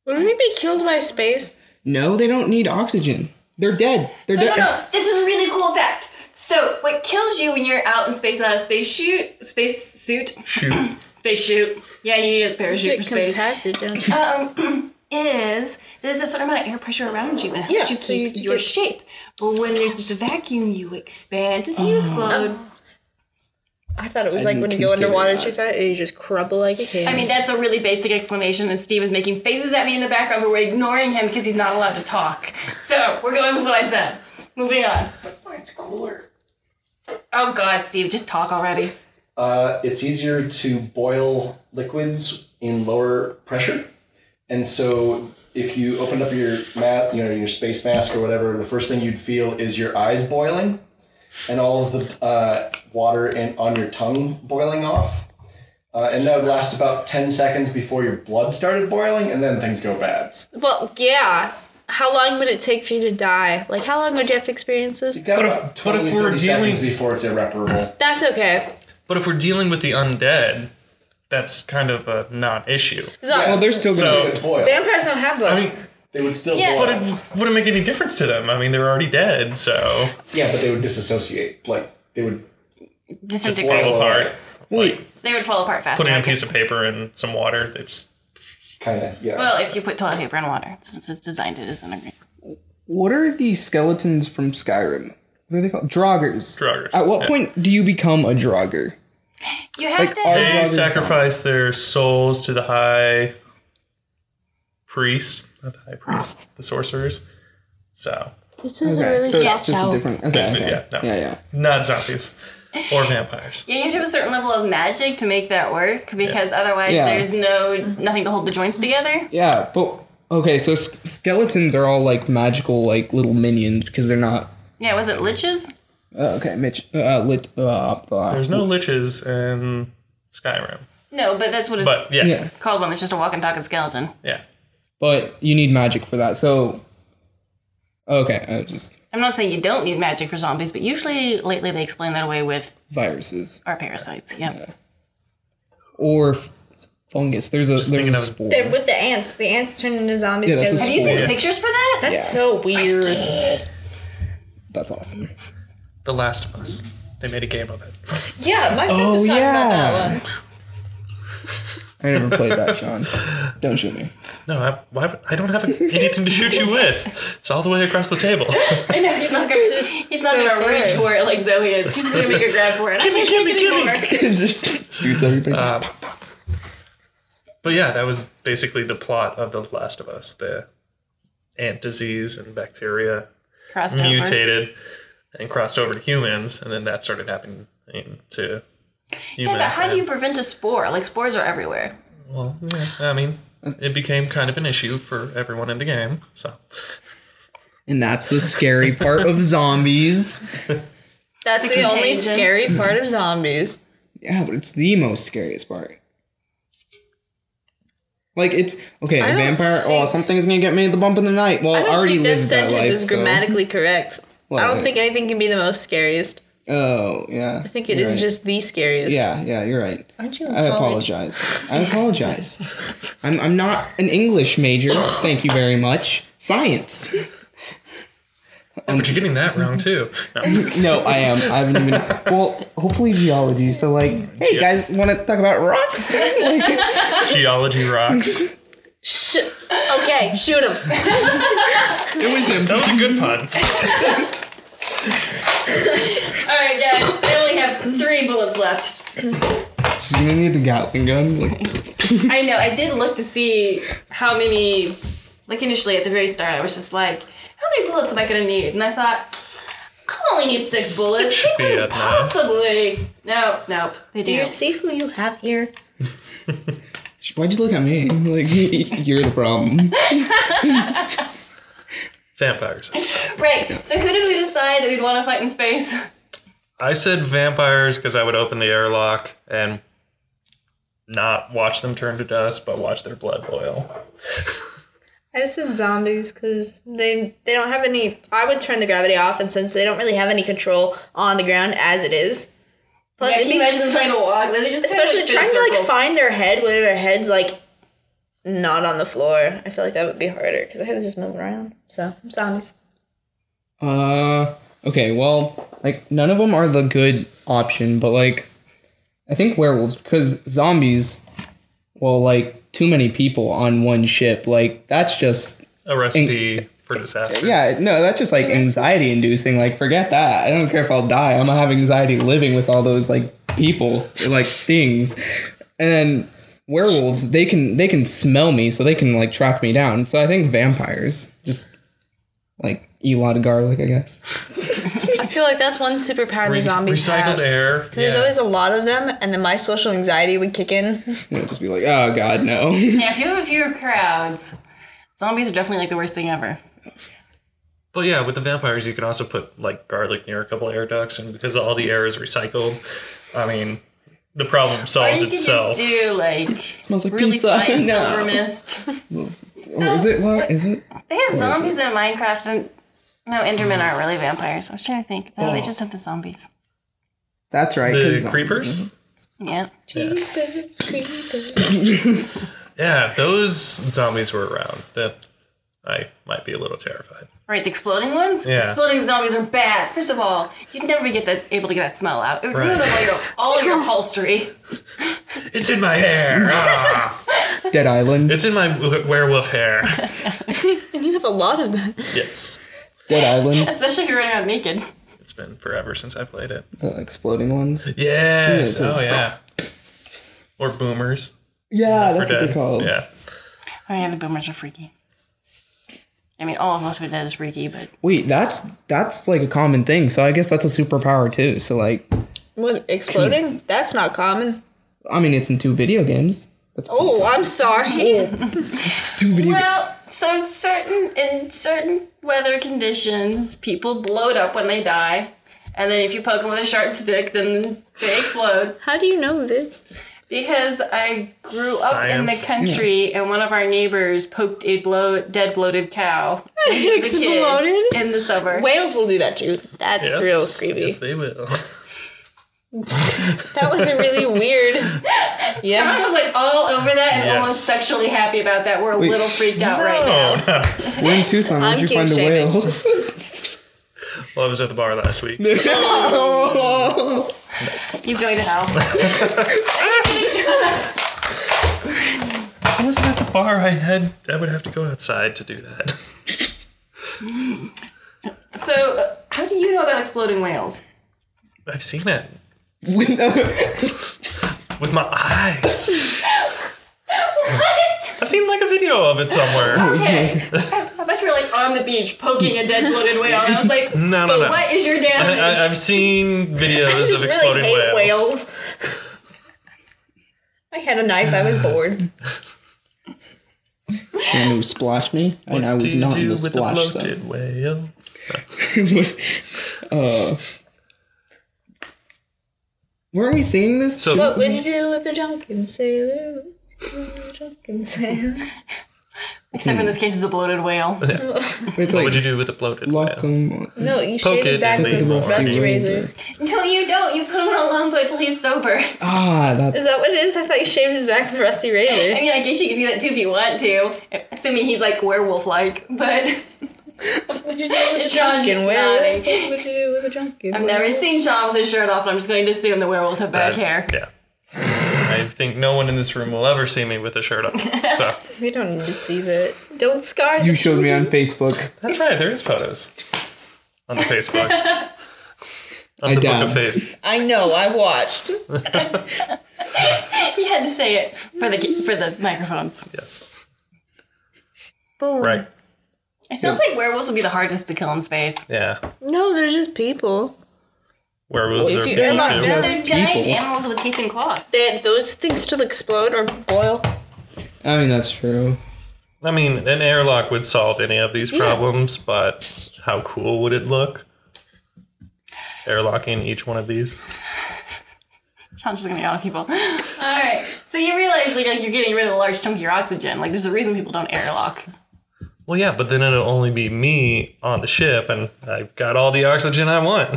S3: Would we be killed by space?
S4: <laughs> No, they don't need oxygen. They're dead. They're
S1: So no,
S4: dead.
S1: no, this is a really cool fact. So what kills you when you're out in space without a space shoot, space suit,
S2: shoot.
S1: <clears throat> space shoot? Yeah, you need a parachute for space.
S3: compacted, don't you?
S1: Um, is there's a certain amount of air pressure around you and it helps
S3: Yeah,
S1: you keep
S3: so you-
S1: your
S3: you-
S1: shape. But when there's just a vacuum, you expand and
S2: Oh.
S1: you explode.
S3: I thought it was
S4: I
S3: like when you
S4: didn't
S3: go
S4: consider
S3: underwater
S4: that.
S3: too fat and you just crumble like a kid.
S1: I mean, that's a really basic explanation, and Steve is making faces at me in the background, but we're ignoring him because he's not allowed to talk. So we're going with what I said. Moving on.
S4: It's cooler.
S1: Oh God, Steve, just talk already.
S5: uh, it's easier to boil liquids in lower pressure, and so if you opened up your mat, you know your space mask or whatever, the first thing you'd feel is your eyes boiling, and all of the uh, water and on your tongue boiling off, uh, and that would last about ten seconds before your blood started boiling, and then things go bad.
S3: Well, yeah. How long would it take for you to die? Like, how long would you have to experience this?
S5: You got
S2: But if-
S5: about
S2: but if
S5: 20,
S2: we're
S5: 30 seconds
S2: dealing-
S5: before it's irreparable.
S3: That's okay.
S2: But if we're dealing with the undead, that's kind of a non-issue.
S3: So,
S4: Well, they're still
S5: They
S4: gonna.
S5: would boil.
S3: vampires don't have blood.
S2: I mean,
S5: They would still
S3: Yeah.
S5: boil.
S2: but it wouldn't make any difference to them. I mean, they're already dead, so
S5: Yeah, but they would disassociate. Like they would.
S2: boil
S1: Disintegrate.
S2: apart. Like
S1: They would fall apart faster.
S2: putting
S1: I
S2: a piece
S1: guess.
S2: of paper in some water. They just
S5: Kind of, yeah.
S1: well, if you put toilet paper in water, since it's designed to disintegrate.
S4: What are the skeletons from Skyrim? What are they called? Draugrs.
S2: Draugrs,
S4: At what
S2: yeah.
S4: point do you become a Draugr?
S1: You have
S4: Like,
S1: to.
S4: are-
S2: they
S4: Draugrs is-
S2: sacrifice their souls to the high priest, not the high
S4: <sighs>
S2: priest, the sorcerers. So
S3: this is
S4: Okay,
S3: a really
S4: so it's
S3: soft
S4: just a
S3: towel.
S4: different. Okay, okay.
S2: yeah, no.
S4: yeah, yeah.
S2: not
S4: <sighs>
S2: zombies or vampires.
S1: yeah, you have to have a certain level of magic to make that work because otherwise
S4: Yeah.
S1: there's no nothing to hold the joints together.
S4: Yeah, but okay, so s- skeletons are all like magical, like little minions because they're not.
S1: Yeah, was it liches?
S4: Uh, okay, Mitch. Uh, lit. Uh, blah.
S2: There's no liches in Skyrim,
S1: No, but that's what it's
S2: but yeah, yeah,
S4: Yeah,
S1: called when it's just a walking, talking skeleton.
S4: but you need magic for that. So, okay, uh, just
S1: I'm not saying you don't need magic for zombies, but usually lately they explain that away with
S4: viruses
S1: our parasites. Yeah.
S4: or f- fungus. There's a there's
S2: thinking
S4: a
S2: of-
S4: spore.
S3: They're with the ants. The ants turn into zombies.
S4: Yeah, that's a
S3: because-
S1: Have you seen
S4: Yeah.
S1: the pictures for that?
S3: That's
S4: Yeah.
S3: so weird.
S4: That's awesome.
S2: The Last of Us. They made a game of it.
S3: Yeah, my friend
S4: Oh,
S3: was talking about
S4: yeah.
S3: that one.
S4: I never played that, Sean.
S2: <laughs>
S4: Don't shoot me. <laughs>
S2: No, I, why, would- I don't have anything to shoot you with. It's all the way across the table. <laughs>
S1: I know he's not gonna he's not
S3: so
S1: gonna reach
S3: fair.
S1: for it like Zoe is. She's gonna make a grab for it. Give
S2: me, give me, give me.
S4: just shoots everything.
S2: Uh, But yeah, that was basically the plot of The Last of Us. The ant disease and bacteria
S1: Crossed over.
S2: mutated and crossed over to humans, and then that started happening to humans.
S1: Yeah, but how do
S2: and-
S1: you prevent a spore? Like spores are everywhere.
S2: Well, yeah, I mean, it became kind of an issue for everyone in the game. So
S4: and that's the scary part
S2: <laughs>
S4: of zombies.
S3: That's the only
S1: contagion.
S3: scary part of zombies.
S4: Yeah, but it's the most scariest part. Like it's okay,
S3: don't
S4: vampire. Oh,
S3: think-
S4: something's gonna get me at the bump in the night. Well,
S3: I
S4: <laughs> I,
S3: don't
S4: already
S3: think that
S4: lived that
S3: sentence
S4: life.
S3: was
S4: so-
S3: grammatically correct.
S4: Well,
S3: I don't
S4: it-
S3: think anything can be the most scariest.
S4: Oh yeah.
S3: I think it is just the scariest.
S4: Yeah, yeah, you're right.
S3: Aren't you in
S4: I
S3: college?
S4: apologize. I apologize. <laughs> I'm I'm not an English major. Thank you very much. Science.
S2: Oh, but you're getting that wrong too.
S1: <laughs>
S2: No.
S4: No, I am. I haven't even. Well, hopefully geology. So like, hey guys, want to talk about rocks? <laughs> Like,
S2: Geology rocks.
S3: Sh- okay, shoot him.
S4: it was him. <laughs>
S2: That was a good
S1: <laughs>
S2: pun.
S1: Alright guys, I only have three bullets left.
S4: She's gonna need the Gatling gun. Like,
S1: I know, I did look to see how many like initially at the very start I was just like, how many bullets am I gonna need? And I thought I'll only need six bullets. <laughs>
S2: should
S1: They
S2: be uh, it
S1: couldn't
S2: now.
S1: possibly. No, nope. They do.
S3: You see who you have here?
S4: Why'd you look at me? Like <laughs> you're the problem.
S2: Vampires.
S1: Right. So who did we decide that we'd want to fight in space?
S2: I said vampires because I would open the airlock and not watch them turn to dust, but watch their blood boil.
S3: I said zombies because they they don't have any. I would turn the gravity off, and since they don't really have any control on the ground as it is, plus
S1: Yeah,
S3: it'd
S1: can you
S3: be-
S1: imagine them trying to walk? They just kinda,
S3: especially
S1: like, spin
S3: trying to like
S1: circles.
S3: find their head where their head's like not on the floor. I feel like that would be harder because their head's just moving around. So zombies.
S4: Uh, okay. Well, like none of them are the good option, but like I think werewolves because zombies. Well, like too many people on one ship. Like that's just
S2: A recipe for disaster.
S4: yeah. No, that's just like anxiety inducing. Like forget that. I don't care if I'll die. I'm gonna have anxiety living with all those like people or, like things, and then werewolves they can they can smell me so they can like track me down so i think vampires just like eat a lot of garlic i guess
S3: feel like that's one superpower the
S2: Re-
S3: zombies
S2: recycled
S3: have.
S2: air.
S3: 'Cause There's
S2: yeah.
S3: always a lot of them, and then my social anxiety would kick in. <laughs>
S4: You know, just be like, oh god, no. <laughs>
S1: Yeah, if you have a few crowds, zombies are definitely like the worst thing ever.
S2: But yeah, with the vampires, you can also put like garlic near a couple air ducts, and because all the air is recycled, I mean, the problem
S1: Or
S2: solves
S1: you can just
S2: itself.
S1: do like
S4: smells like
S1: really
S4: pizza.
S1: fine
S4: <laughs> No.
S1: silver mist.
S4: Or is it? What is it?
S1: They have
S4: What is
S1: zombies in Minecraft, and no, Endermen aren't really vampires. I was trying to think. No, they just have the zombies.
S4: That's right. 'cause
S2: The
S4: zombies- mm-hmm.
S2: creepers.
S1: Yeah.
S2: Yeah, if those zombies were around, then I might be a little terrified.
S1: Right, the exploding ones?
S2: Yeah.
S1: Exploding zombies are bad. First of all, you'd never get that able to get that smell out. It would ruin
S2: Right.
S1: all your all <laughs> your upholstery.
S2: It's in my hair.
S4: <laughs>
S2: Ah! <laughs>
S4: Dead Island.
S2: it's in my w- werewolf
S4: <laughs>
S2: hair.
S3: And you have a lot of them.
S2: Yes,
S4: Dead Island.
S1: Especially if you're running out naked.
S2: it's been forever since I played it.
S4: The exploding ones.
S2: Yes.
S4: Yeah,
S2: oh yeah. Or boomers.
S4: Yeah,
S2: We're
S4: that's what
S2: dead.
S4: they're called.
S2: Yeah.
S1: Oh yeah, the boomers are freaky. I mean all of most of it is freaky, but
S4: Wait, that's that's like a common thing. So I guess that's a superpower too. So like,
S3: What
S2: <clears throat>
S3: exploding? That's not common.
S4: I mean, it's in two video games.
S3: Oh, I'm <laughs> sorry.
S4: Two video. games.
S1: Well, so certain in certain weather conditions, people bloat up when they die. And then if you poke them with a sharp stick, then they explode.
S3: How do you know this?
S1: Because I grew up in the
S2: Science.
S1: country and one of our neighbors poked a blow, dead bloated <laughs> cow. when he was a kid
S3: Exploded?
S1: In the summer.
S3: Whales will do that too. That's
S2: Yes.
S3: real creepy.
S2: Yes, they will.
S3: That was a
S2: <laughs>
S3: really weird.
S1: Sean
S3: yeah.
S1: was like all over that and
S2: Yes.
S1: almost sexually happy about that. We're a
S4: Wait.
S1: little freaked out right now.
S2: <laughs> Oh, no.
S4: We're in Tucson.
S3: I'm
S4: Where'd you find a
S3: kink-shaming.
S4: whale? <laughs>
S2: Well, I was at the bar last week.
S1: He's going to
S2: <laughs>
S1: hell.
S2: I wasn't at the bar. I had. I would have to go outside to do that. <laughs>
S1: so, uh, how do you know about exploding whales?
S2: I've seen it
S4: With no-
S2: with my eyes.
S1: <laughs> What?
S2: I've seen like a video of it somewhere.
S1: Okay. I thought you were like on the beach poking a dead bloated whale. And I was like,
S2: No, no,
S1: but
S2: no.
S1: what is your damage?
S2: I, I've seen videos of exploding whales.
S3: I had a knife. I was
S2: <laughs>
S3: bored.
S4: and it splashed me, and I
S2: What
S4: was
S2: do you
S4: not
S2: do
S4: in the
S2: with
S4: splash
S2: the bloated whale?
S4: zone. <laughs> uh, weren't we seeing this?
S2: So
S3: What would you do with a drunken sailor? Drunken sailor.
S1: Except in this case, it's a bloated whale.
S4: it's
S2: what
S4: like
S2: would you do with a bloated
S4: lock
S2: whale?
S4: 'em-
S3: No, you
S2: Poke
S3: shave his
S2: it
S3: back
S2: and
S3: with a
S2: leave
S3: rusty,
S2: it alone.
S3: razor.
S1: No, you don't. You put him on a longboat till he's sober.
S4: Ah, that's
S3: Is that what it is? I thought you shaved his back with a rusty
S1: I
S3: razor.
S1: mean, I guess you can do that too if you want to, assuming he's like werewolf like. But <laughs>
S3: What would you do with a
S1: Sean's
S3: drunken
S1: nodding.
S3: whale? What would you do with a drunken
S1: I've never seen Sean with his shirt off, and I'm just going to assume the werewolves have
S2: Uh,
S1: back hair. <laughs>
S2: Yeah. I think no one in this room will ever see me with a shirt on. So
S3: We don't need to see that. Don't scar
S4: you
S3: the
S4: showed me on Facebook.
S2: that's right. There is photos on the
S4: <laughs>
S2: Facebook. On
S4: I
S2: the book of
S4: dabbed.
S2: faith.
S3: I know, I watched.
S1: He had to say it for the for the microphones.
S2: Yes. Right.
S1: It sounds like werewolves would be the hardest to kill in space.
S2: Yeah.
S3: No, they're just people.
S2: Werewolves
S3: Well, if
S2: are
S3: you-
S2: people
S3: they're not
S2: too.
S4: Yes,
S1: They're giant
S4: people.
S1: animals with teeth and claws.
S3: They, those things still explode or boil.
S4: I mean, that's
S3: <laughs>
S4: true.
S2: I mean, an airlock would solve any of these problems, but how cool would it look? Airlocking each one of these.
S1: Sean's just gonna yell at people. <gasps> All right. So you realize like, like you're getting rid of a large chunk of your oxygen. Like there's a reason people don't airlock.
S2: Well, yeah, but then it'll only be me on the ship, and I've got all the oxygen I want.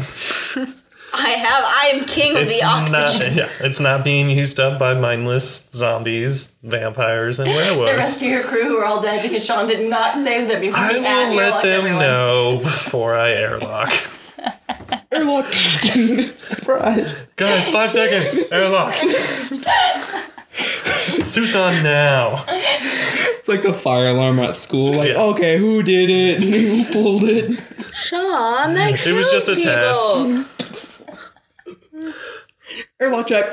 S3: I have. I am king of the oxygen.
S2: not, <laughs> yeah, it's not being used up by mindless zombies, vampires,
S3: <laughs>
S2: and
S1: The rest
S2: werewolves.
S1: of your crew who are all dead because Sean did not save them before
S2: I
S1: he
S2: will let
S1: airlocked
S2: them
S1: everyone.
S2: know before I airlock.
S4: Airlock <laughs> surprise.
S2: Guys, five seconds.
S3: <laughs>
S2: Airlock. Suits on now.
S4: It's like the fire alarm at school. Like,
S2: Yeah.
S4: okay, who did it? <laughs> who pulled it?
S3: Sean, that
S2: It was just a
S3: kills people.
S2: test.
S4: Airlock check.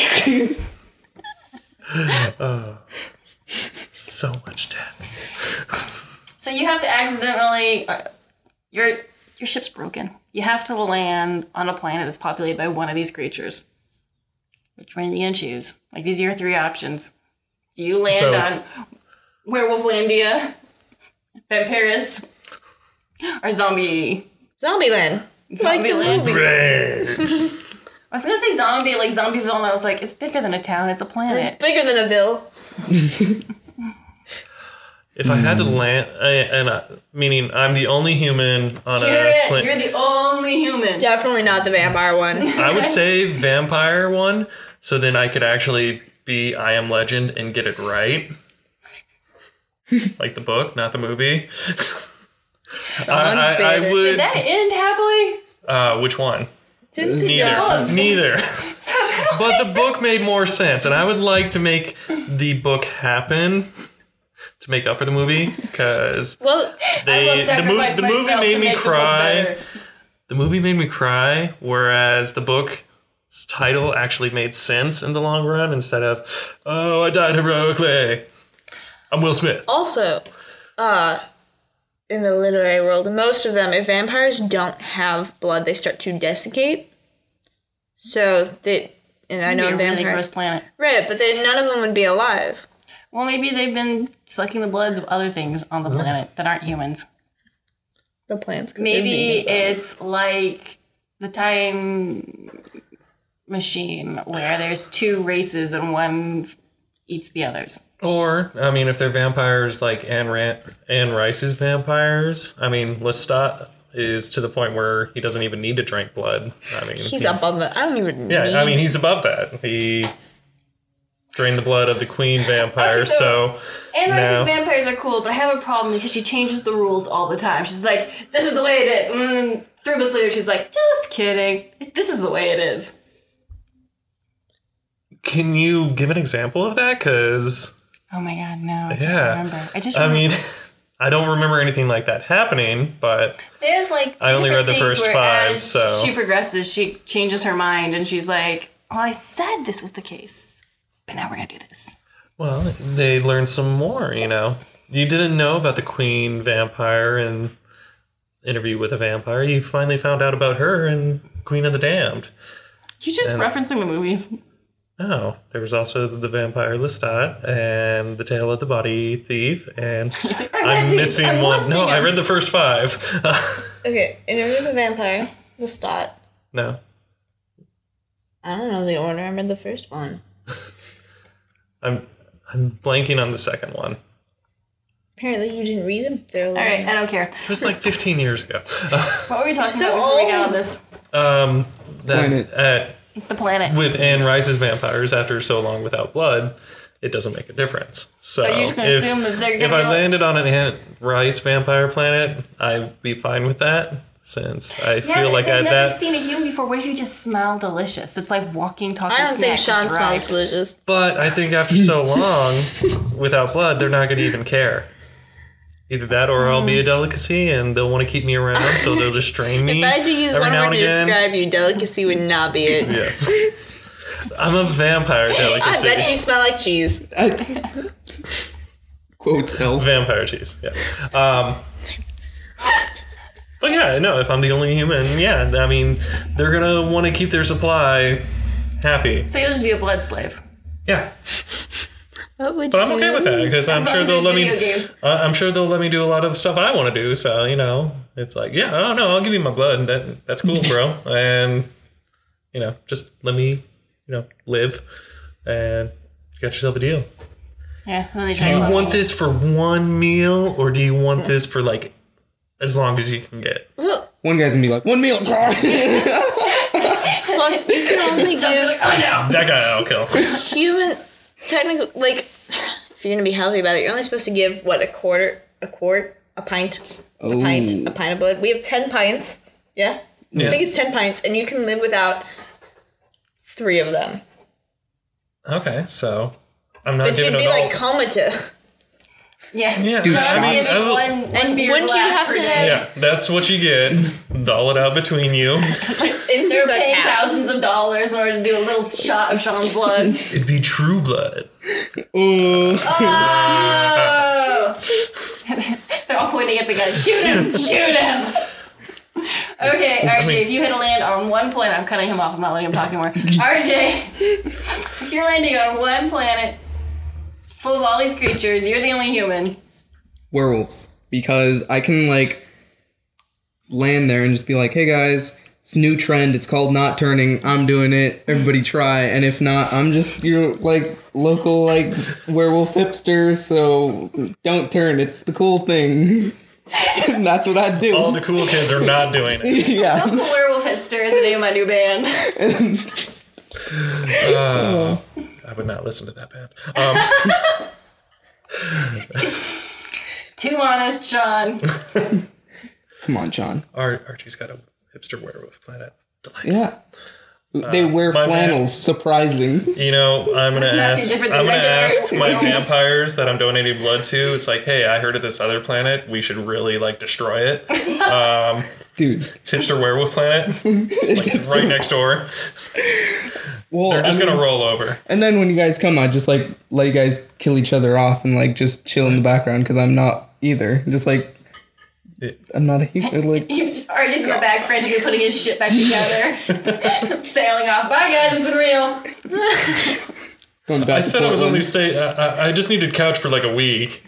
S2: So much death.
S1: So you have to accidentally. Uh, you're Your ship's broken. You have to land on a planet that's populated by one of these creatures. Which one are you gonna choose? Like these are your three options. Do you land
S2: So-
S1: on Werewolflandia, Vampiris, or Zombie?
S3: Zombieland. It's like the
S1: Zombieland.
S3: movie.
S1: I was gonna say zombie, like Zombieville, and I was like, it's bigger than a town, it's a
S3: It's
S1: planet.
S3: bigger than a ville.
S2: If I had to land, I, and I, meaning I'm the only human on
S1: You're
S2: a
S1: it. You're
S2: planet,
S1: the only human.
S3: Definitely not the vampire one.
S2: I would say vampire one. So then I could actually be I Am Legend and get it right, like the book, not the movie.
S3: Someone's
S2: I, I, I
S3: bitter.
S1: Did
S2: would.
S1: that end happily?
S2: Uh, which one?
S3: Did the
S2: Neither.
S3: dog-
S2: Neither.
S1: <laughs> So that
S2: But the book made more sense, and I would like to make the book happen to make up for the movie because
S3: Well,
S1: I
S2: they
S1: will
S2: the, mo-
S1: sacrifice
S2: the movie
S1: myself
S2: made
S1: to
S2: me
S1: make the book
S2: cry.
S1: better.
S2: The, movie made me cry, whereas the book's title actually made sense in the long run instead of "Oh, I died heroically." I'm Will Smith.
S3: also, uh, in the literary world, most of them, if vampires don't have blood, they start to desiccate. So they, and I know
S1: Be a
S3: vampires,
S1: really gross planet.
S3: right? But then none of them would be alive.
S1: Well, maybe they've been sucking the blood of other things on the planet that aren't humans.
S3: The plants. 'cause they'd be-
S1: Maybe it's like the time machine where there's two races and one eats the others.
S2: Or I mean, if they're vampires like Anne, Ran- Anne Rice's vampires, I mean Lestat is to the point where he doesn't even need to drink blood. I mean,
S3: He's above it. I don't even.
S2: Yeah,
S3: need
S2: I mean, he's above that. He drained the blood of the queen
S3: <laughs>
S2: vampire, so,
S1: And
S2: No.
S1: Rice's vampires are cool, but I have a problem because she changes the rules all the time. She's like, this is the way it is. And then three months later, she's like, just kidding. This is the way it is.
S2: can you give an example of that? Because,
S1: Oh my god, no. I can't
S2: Yeah.
S1: remember. I just
S2: I
S1: remember.
S2: mean, <laughs> I don't remember anything like that happening, but
S1: There's like
S2: I
S1: three
S2: only read
S1: different
S2: the
S1: things
S2: first
S1: where
S2: five,
S1: as
S2: so-
S1: she progresses, she changes her mind, and she's like, "Well, I said this was the case, but now we're gonna do this."
S2: well, they learned some more, you know. You didn't know about the queen vampire in interview with a vampire. You finally found out about her in Queen of the Damned.
S1: You just referencing the movies. <laughs>
S2: Oh, there was also the vampire Lestat and the Tale of the Body Thief and
S1: <laughs> He's like, I read
S2: I'm
S1: these.
S2: missing
S1: I'm
S2: one. No,
S1: listing
S2: I
S1: them."
S2: read the first five. <laughs>
S3: Okay, interview with a vampire. The dot.
S2: no,
S3: I don't know the order. I read the first one.
S2: I'm I'm blanking on the second one.
S3: Apparently, you didn't read them thoroughly.
S1: All right, I don't care.
S2: It was like 15 years ago.
S1: What were we talking
S3: So
S1: about before we got
S3: old.
S1: on this?
S2: Um, that,
S4: Planet.
S2: at,
S1: The planet.
S2: with Anne Rice's vampires, after so long without blood, it doesn't make a difference. So,
S1: so you're just gonna
S2: if,
S1: assume that they're gonna.
S2: if
S1: be
S2: I
S1: like-
S2: landed on an Anne Rice vampire planet, I'd be fine with that since I
S1: yeah,
S2: feel
S1: but
S2: like
S1: if
S2: I
S1: I've
S2: had
S1: never
S2: that.
S1: seen a human before. What if you just smell delicious? It's like walking, talking.
S3: I don't
S1: snack
S3: think
S1: just
S3: Sean smells
S1: arrived.
S3: delicious.
S2: But I think after so long without blood, they're not going to even care. Either that or I'll be a delicacy and they'll want to keep me around, so they'll just drain me.
S3: If I had to use
S2: Mm, every
S3: one
S2: now
S3: word
S2: and
S3: to
S2: again.
S3: describe you, delicacy would not be it.
S2: Yes. I'm a vampire
S3: I
S2: delicacy.
S3: bet you smell like cheese.
S4: <laughs>
S3: <laughs>
S4: I- Quotes elf.
S2: Vampire cheese, yeah. Um, but yeah, no, if I'm the only human, yeah, I mean, they're gonna want to keep their supply happy.
S1: So you'll just be a blood slave.
S2: Yeah,
S3: What would
S2: but I'm okay with that because I'm
S1: As long
S2: sure
S1: as
S2: they'll let
S1: there's
S2: me.
S1: video games.
S2: I- I'm sure they'll let me do a lot of the stuff I want to do. So you know, it's like, yeah, oh no, I'll give you my blood. That that's cool, bro.
S3: <laughs>
S2: And you know, just let me, you know, live, and get yourself a deal.
S1: Yeah. and then they try
S2: Do you
S1: to-
S2: want this for one meal or do you want this for like as long as you can get?
S3: Well,
S4: One guy's gonna be like, one meal.
S3: <laughs> plus you
S2: <laughs>
S3: can only give
S1: I know.
S2: That guy I'll kill.
S3: human technically like if you're gonna be healthy about it, you're only supposed to give what a quarter, a quart, a pint, a pint, a pint of blood. We have ten pints. Yeah, I
S2: Yeah.
S3: think it's ten pints, and you can live without three of them.
S2: Okay, so I'm not
S3: But you'd
S2: giving
S3: be
S2: it all.
S3: like comatose.
S1: Yeah.
S2: Yeah,
S1: John's
S2: I mean,
S1: giving
S2: I will-
S1: one, one beer
S3: wouldn't you
S1: glass
S3: have
S1: per <laughs>
S3: to
S1: day.
S3: have-
S2: yeah, that's what you get. Doll it out between you.
S3: Inserts
S1: They're
S3: a
S1: paying
S3: tap.
S1: thousands of dollars in order to do a little shot of Sean's blood.
S2: It'd be true blood.
S4: Ooh.
S1: They're all pointing at the gun. Shoot him! Shoot him! Okay, RJ, if you hit a land on one planet, I'm cutting him off. I'm not letting him talk anymore. RJ, if you're landing on one planet full of all these creatures, you're the only human.
S4: werewolves because I can like land there and just be like, "Hey guys, it's a new trend. It's called not turning. I'm doing it. Everybody try." And if not, I'm just your like local like werewolf hipster. So don't turn. It's the cool thing. <laughs> and that's what I do.
S2: All the cool kids are not doing it.
S4: yeah.
S1: The werewolf hipster is the name of my new band.
S2: I would not listen to that band. Um,
S1: Too honest, Sean. <laughs>
S4: Come on, Sean.
S2: Ar- Archie's got a hipster werewolf planet. Delightful.
S4: Yeah. They wear
S2: Uh, my bad.
S4: flannels. Surprising.
S2: You know, I'm gonna
S1: not too
S2: ask. I'm
S1: different than
S2: gonna
S1: legendary
S2: ask my
S1: werewolves.
S2: vampires that I'm donating blood to. It's like, hey, I heard of this other planet. We should really like destroy it.
S4: Dude.
S2: Tipster werewolf planet, It's like right next door.
S4: Well,
S2: They're just
S4: I mean-
S2: gonna roll over.
S4: And then when you guys come, I just like let you guys kill each other off and like just chill in the background because I'm not either. Just like
S2: Yeah.
S4: I'm not a human.
S1: <laughs>
S4: Like
S1: RJ's in the back, frantically putting his shit back together, sailing off. Bye, guys. It's been real.
S4: going back
S2: I
S4: to
S2: said I was only
S4: Portland.
S2: stay. I, I- I just needed couch for like a week.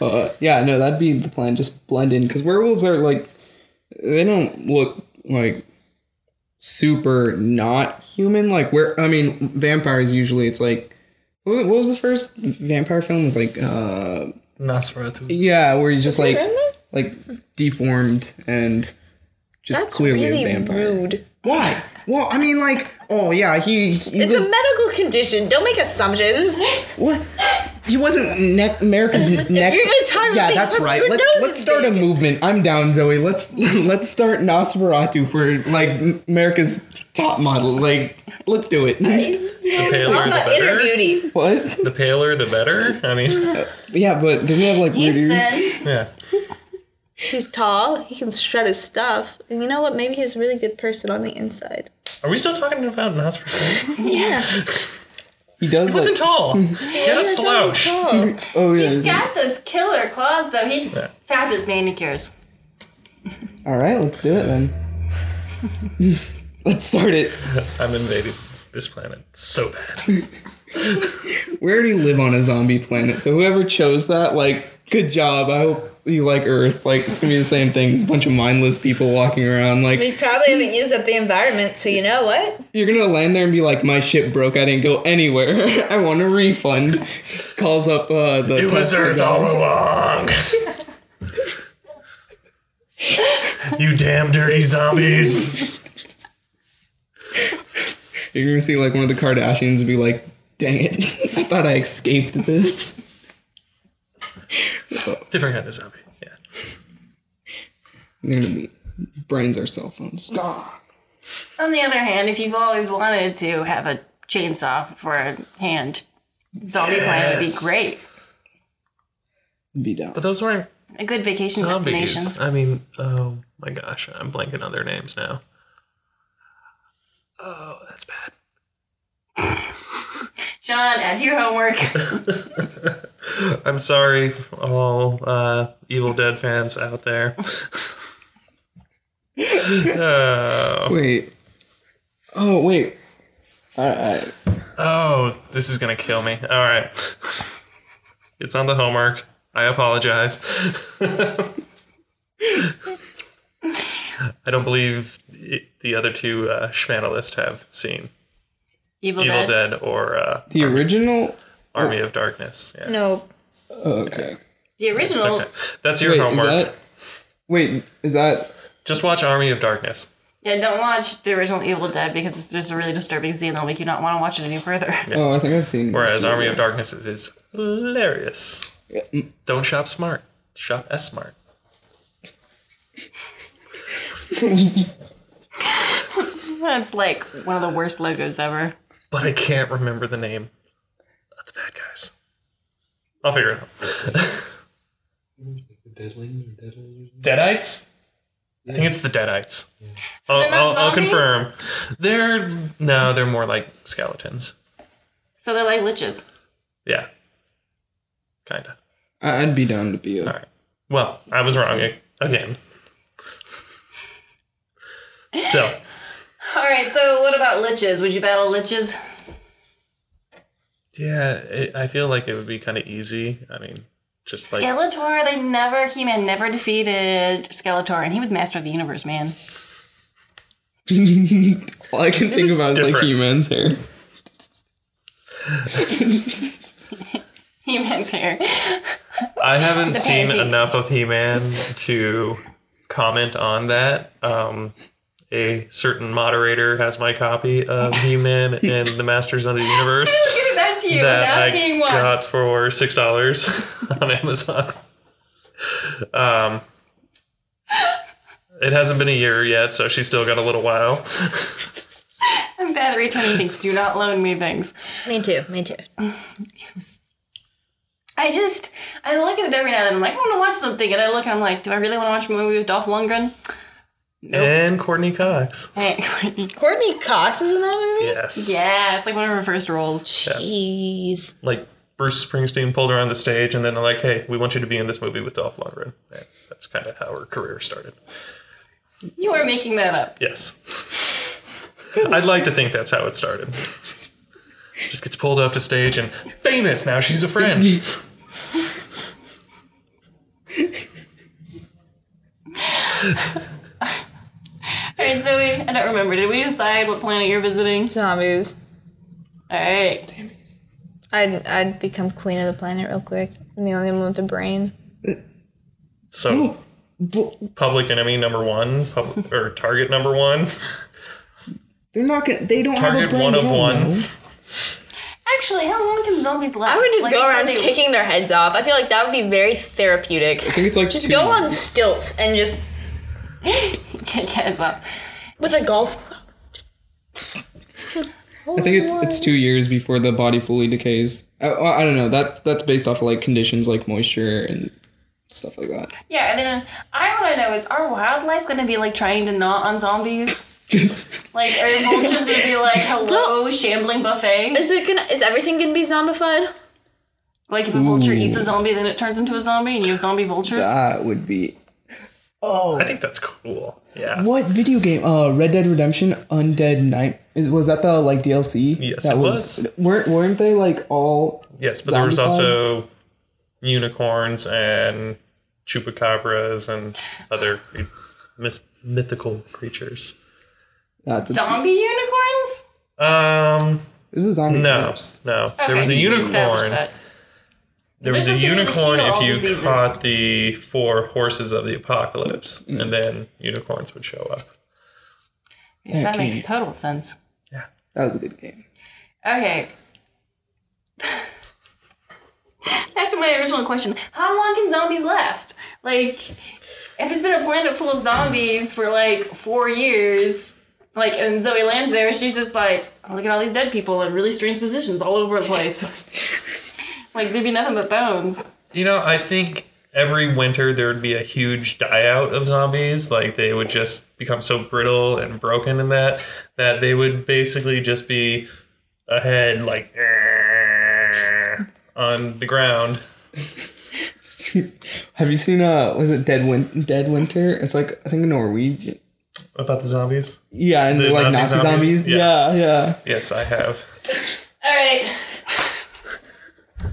S4: Uh, yeah, no, that'd be the plan. Just blend in because werewolves are like they don't look like super not human. Like where I mean, vampires usually it's like what what was the first vampire film? It was like uh
S2: Nosferatu.
S4: yeah, where he's just like
S3: Really?
S4: like deformed and just
S3: That's
S4: clearly
S3: really
S4: a vampire.
S3: rude.
S4: Why? Well, I mean, like, oh yeah, he, he
S3: It's
S4: was
S3: a medical condition. Don't make assumptions.
S4: what? He wasn't ne-
S3: <laughs>
S4: America's next.
S3: you're gonna tire me,
S4: yeah,
S3: your-
S4: that's right.
S3: your
S4: Let,
S3: nose
S4: let's
S3: is
S4: start a
S3: big.
S4: movement. I'm down, Zoe. Let's <laughs> let's start Nosferatu for like M- America's top model. Like, let's do it.
S2: The
S3: Talk
S2: paler the
S3: about inner
S2: better.
S3: beauty.
S4: <laughs> what?
S2: The paler the better. I mean,
S4: Yeah, but doesn't he have like
S1: He's
S4: weird ears?
S1: thin.
S2: yeah.
S3: He's tall. He can shred his stuff. And you know what? Maybe he's a really good person on the inside.
S2: Are we still talking about Nosferatu?
S3: Yeah.
S4: He does.
S2: He wasn't
S4: like,
S2: tall. He had a slouch.
S3: <laughs>
S4: oh yeah. yeah.
S1: Got those killer claws, though. He fabulous manicures.
S4: All right, let's do it then. <laughs> let's start it.
S2: I'm invading this planet so bad.
S4: We already live on a zombie planet, so whoever chose that, like, good job. I hope you like Earth. Like, it's gonna be the same thing. Bunch of mindless people walking around. Like,
S3: We probably haven't used up the environment, so you know what?
S4: you're gonna land there and be like, my ship broke. I didn't go anywhere. <laughs> I want a refund. Calls up uh, the.
S2: It was
S4: Tesla
S2: Earth
S4: guy.
S2: all along. you damn dirty zombies.
S4: You're gonna see like one of the Kardashians be like, dang it, <laughs> I thought I escaped this.
S2: Different kind of zombie. Yeah.
S4: They're gonna be brains are cell phones. Stop.
S1: On the other hand, if you've always wanted to have a chainsaw for a hand, zombie planet would be
S2: Yes.
S1: great.
S4: Be down.
S2: But those weren't
S1: A good vacation
S2: zombies.
S1: destination.
S2: I mean, oh my gosh, I'm blanking on their names now. Oh, that's bad.
S1: Sean, add to your homework.
S2: I'm sorry, all uh, Evil Dead fans out there. oh,
S4: Wait. Oh wait. I, I,
S2: oh, this is gonna kill me. All right, it's on the homework. I apologize. I don't believe i the other two uh, schmanalists have seen <laughs>
S1: Evil,
S2: Evil
S1: Dead.
S2: Dead or uh,
S4: the original. Oh,
S2: Army of Darkness. Yeah.
S3: No.
S4: Okay.
S1: The original.
S2: Okay. That's your
S4: Wait,
S2: homework.
S4: is that? Wait, is that?
S2: Just watch Army of Darkness.
S1: Yeah, don't watch the original Evil Dead because it's just a really disturbing scene that'll make you not want to watch it any further.
S4: Oh, I think I've seen.
S2: Whereas Army of Darkness is- is hilarious. Don't shop smart. Shop S smart.
S1: <laughs> That's like one of the worst logos ever.
S2: But I can't remember the name of the bad guys. I'll figure it out.
S5: Deadlings or deadlings?
S2: Deadites? I think it's the Deadites.
S1: So they're
S2: I'll, I'll,
S1: not
S2: I'll
S1: zombies?
S2: confirm. They're no, they're more like skeletons.
S1: So they're like liches.
S2: Yeah, kinda.
S4: I- I'd be down to be a.
S2: All right. Well, I was wrong a- again. Still,
S1: All right, so what about liches? Would you battle liches?
S2: yeah, it, I feel like it would be kind of easy. I mean, just like
S1: Skeletor, they never, He Man never defeated Skeletor, and he was master of the universe, man.
S4: <laughs>
S1: <laughs>
S4: All I can think
S2: was
S4: about is like
S2: different.
S4: humans here.
S1: He Man's hair.
S2: I haven't seen
S1: panty.
S2: enough of He-Man to comment on that. Um, a certain moderator has my copy of He-Man and the Masters of the Universe
S1: Giving that to you
S2: that
S1: without
S2: I
S1: being watched.
S2: got for six dollars <laughs> on Amazon. Um, it hasn't been a year yet, so she's still got a little while.
S1: I'm bad at returning things. Do not loan me things.
S3: Me too. Me too.
S1: I just, I look at it every now and then. I'm like, I want to watch something, and I look and I'm like, do I really want to watch a movie with Dolph Lundgren? <laughs>
S2: And Courtney Cox.
S1: Hey,
S3: Courtney Cox is in that movie.
S2: Yes.
S1: yeah, it's like one of her first roles.
S3: Jeez.
S2: Like Bruce Springsteen pulled her on the stage, and then they're like, "Hey, we want you to be in this movie with Dolph Lundgren." And that's kind of how her career started.
S1: You are making that up.
S2: Yes. I'd like to think that's how it started. Just gets pulled up to stage and famous. Now she's a friend.
S1: All right, Zoe, I don't remember. Did we decide what planet you're visiting?
S3: Zombies.
S1: All right.
S3: I'd I'd become queen of the planet real quick. I'm the only one with a brain.
S2: So
S4: But
S2: public enemy number one, public, or target number one,
S4: they're not gonna. They don't have a
S2: target
S4: brain.
S2: one
S4: they
S2: of
S4: don't
S2: one.
S4: know.
S1: Actually, how long can zombies last?
S3: I would just
S1: Like,
S3: go
S1: it's
S3: around
S1: something-
S3: kicking their heads off. I feel like that would be very therapeutic.
S4: I think it's like
S3: Just
S4: two.
S3: go on stilts and just
S1: <laughs> Kick heads up.
S3: with a golf.
S4: I think it's it's two years before the body fully decays. I, I I don't know. That that's based off of like conditions like moisture and stuff like that.
S1: Yeah, and then I want to know is our wildlife going to be like trying to gnaw on
S4: <laughs>
S1: zombies? like, are vultures going to be like, hello, shambling buffet?
S3: Is it gonna? Is everything gonna be zombified?
S1: Like, if a vulture eats a zombie, then it turns into a zombie and you have zombie vultures?
S4: That would be. Oh,
S2: I think that's cool. Yeah.
S4: What video game? Uh, Red Dead Redemption Undead Night. Is, was that the like DLC?
S2: Yes,
S4: that
S2: it
S4: Weren't weren't they like all?
S2: Yes, but there was
S4: Zombified?
S2: also unicorns and chupacabras and other cre- myth- mythical creatures.
S4: That's a,
S1: Zombie unicorns?
S2: Um,
S4: it was a zombie.
S2: no,
S4: apocalypse.
S2: no. there was a
S1: just to establish
S2: unicorn.
S1: that.
S2: There was a
S1: They're supposed to be able
S2: unicorn
S1: to heal
S2: if
S1: all
S2: you
S1: diseases.
S2: caught the four horses of the apocalypse, and then unicorns would show up.
S1: Yes, that
S4: Okay.
S1: makes total sense.
S2: Yeah.
S4: That was a good game.
S1: Okay. <laughs> Back to my original question. How long can zombies last? Like, if it's been a planet full of zombies for like four years, like, and Zoe lands there, she's just like, "Oh, look at all these dead people in really strange positions all over the place. <laughs> like, there'd be nothing but bones.
S2: You know, I think every winter there would be a huge die out of zombies. Like they would just become so brittle and broken in that that they would basically just be a head like <laughs> on the ground.
S4: <laughs> Have you seen uh? Was it Dead Win- Dead Winter? It's like I think Norwegian.
S2: About the zombies?
S4: Yeah, and
S2: The
S4: they're like
S2: Nazi
S4: Nazi,
S2: zombies?
S4: zombies. Yeah, yeah.
S2: Yes, I have.
S1: All right. <laughs>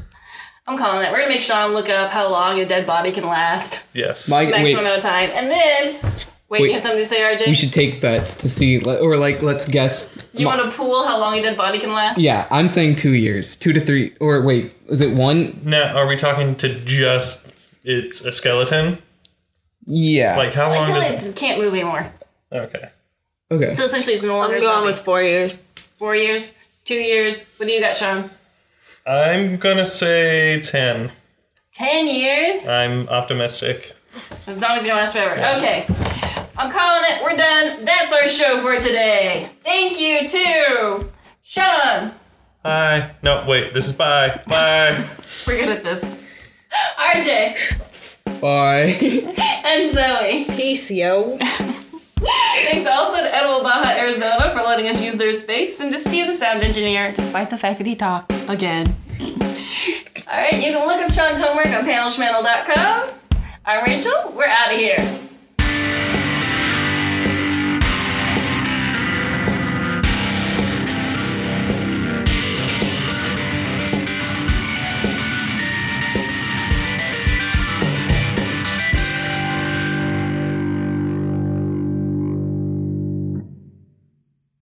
S1: I'm calling it. We're gonna make Sean look up how long a dead body can last,
S2: Yes.
S4: Mike-
S1: maximum
S4: Wait.
S1: amount of time, and then. Wait,
S4: Wait.
S1: you have something to say, RJ?
S4: We should take bets to see, like, or like, let's guess.
S1: You want to pool how long a dead body can last?
S4: Yeah, I'm saying two years, two to three, or wait, was it one?
S2: now, are we talking to just it's a skeleton?
S4: Yeah.
S2: Like how long
S1: Until
S2: does
S1: it can't move anymore.
S2: Okay.
S4: okay.
S1: So essentially, it's no longer.
S3: I'm
S1: a
S3: going
S1: zombie.
S3: with four years.
S1: four years, two years. What do you got, Sean?
S2: I'm gonna say ten.
S1: Ten years.
S2: I'm optimistic.
S1: The zombie's gonna last forever. Okay. I'm calling it. We're done. That's our show for today. Thank you to Sean.
S2: Hi. No, wait, this is bye. Bye.
S1: We're good at this. <laughs> RJ
S4: Bye. <laughs>
S1: and Zoe.
S3: Peace, yo.
S1: Thanks also to Edible Baja Arizona for letting us use their space, and to Steve the sound engineer, despite the fact that he talked again. All right, you can look up Sean's homework on panelschmannel.com. I'm Rachel. We're out of here.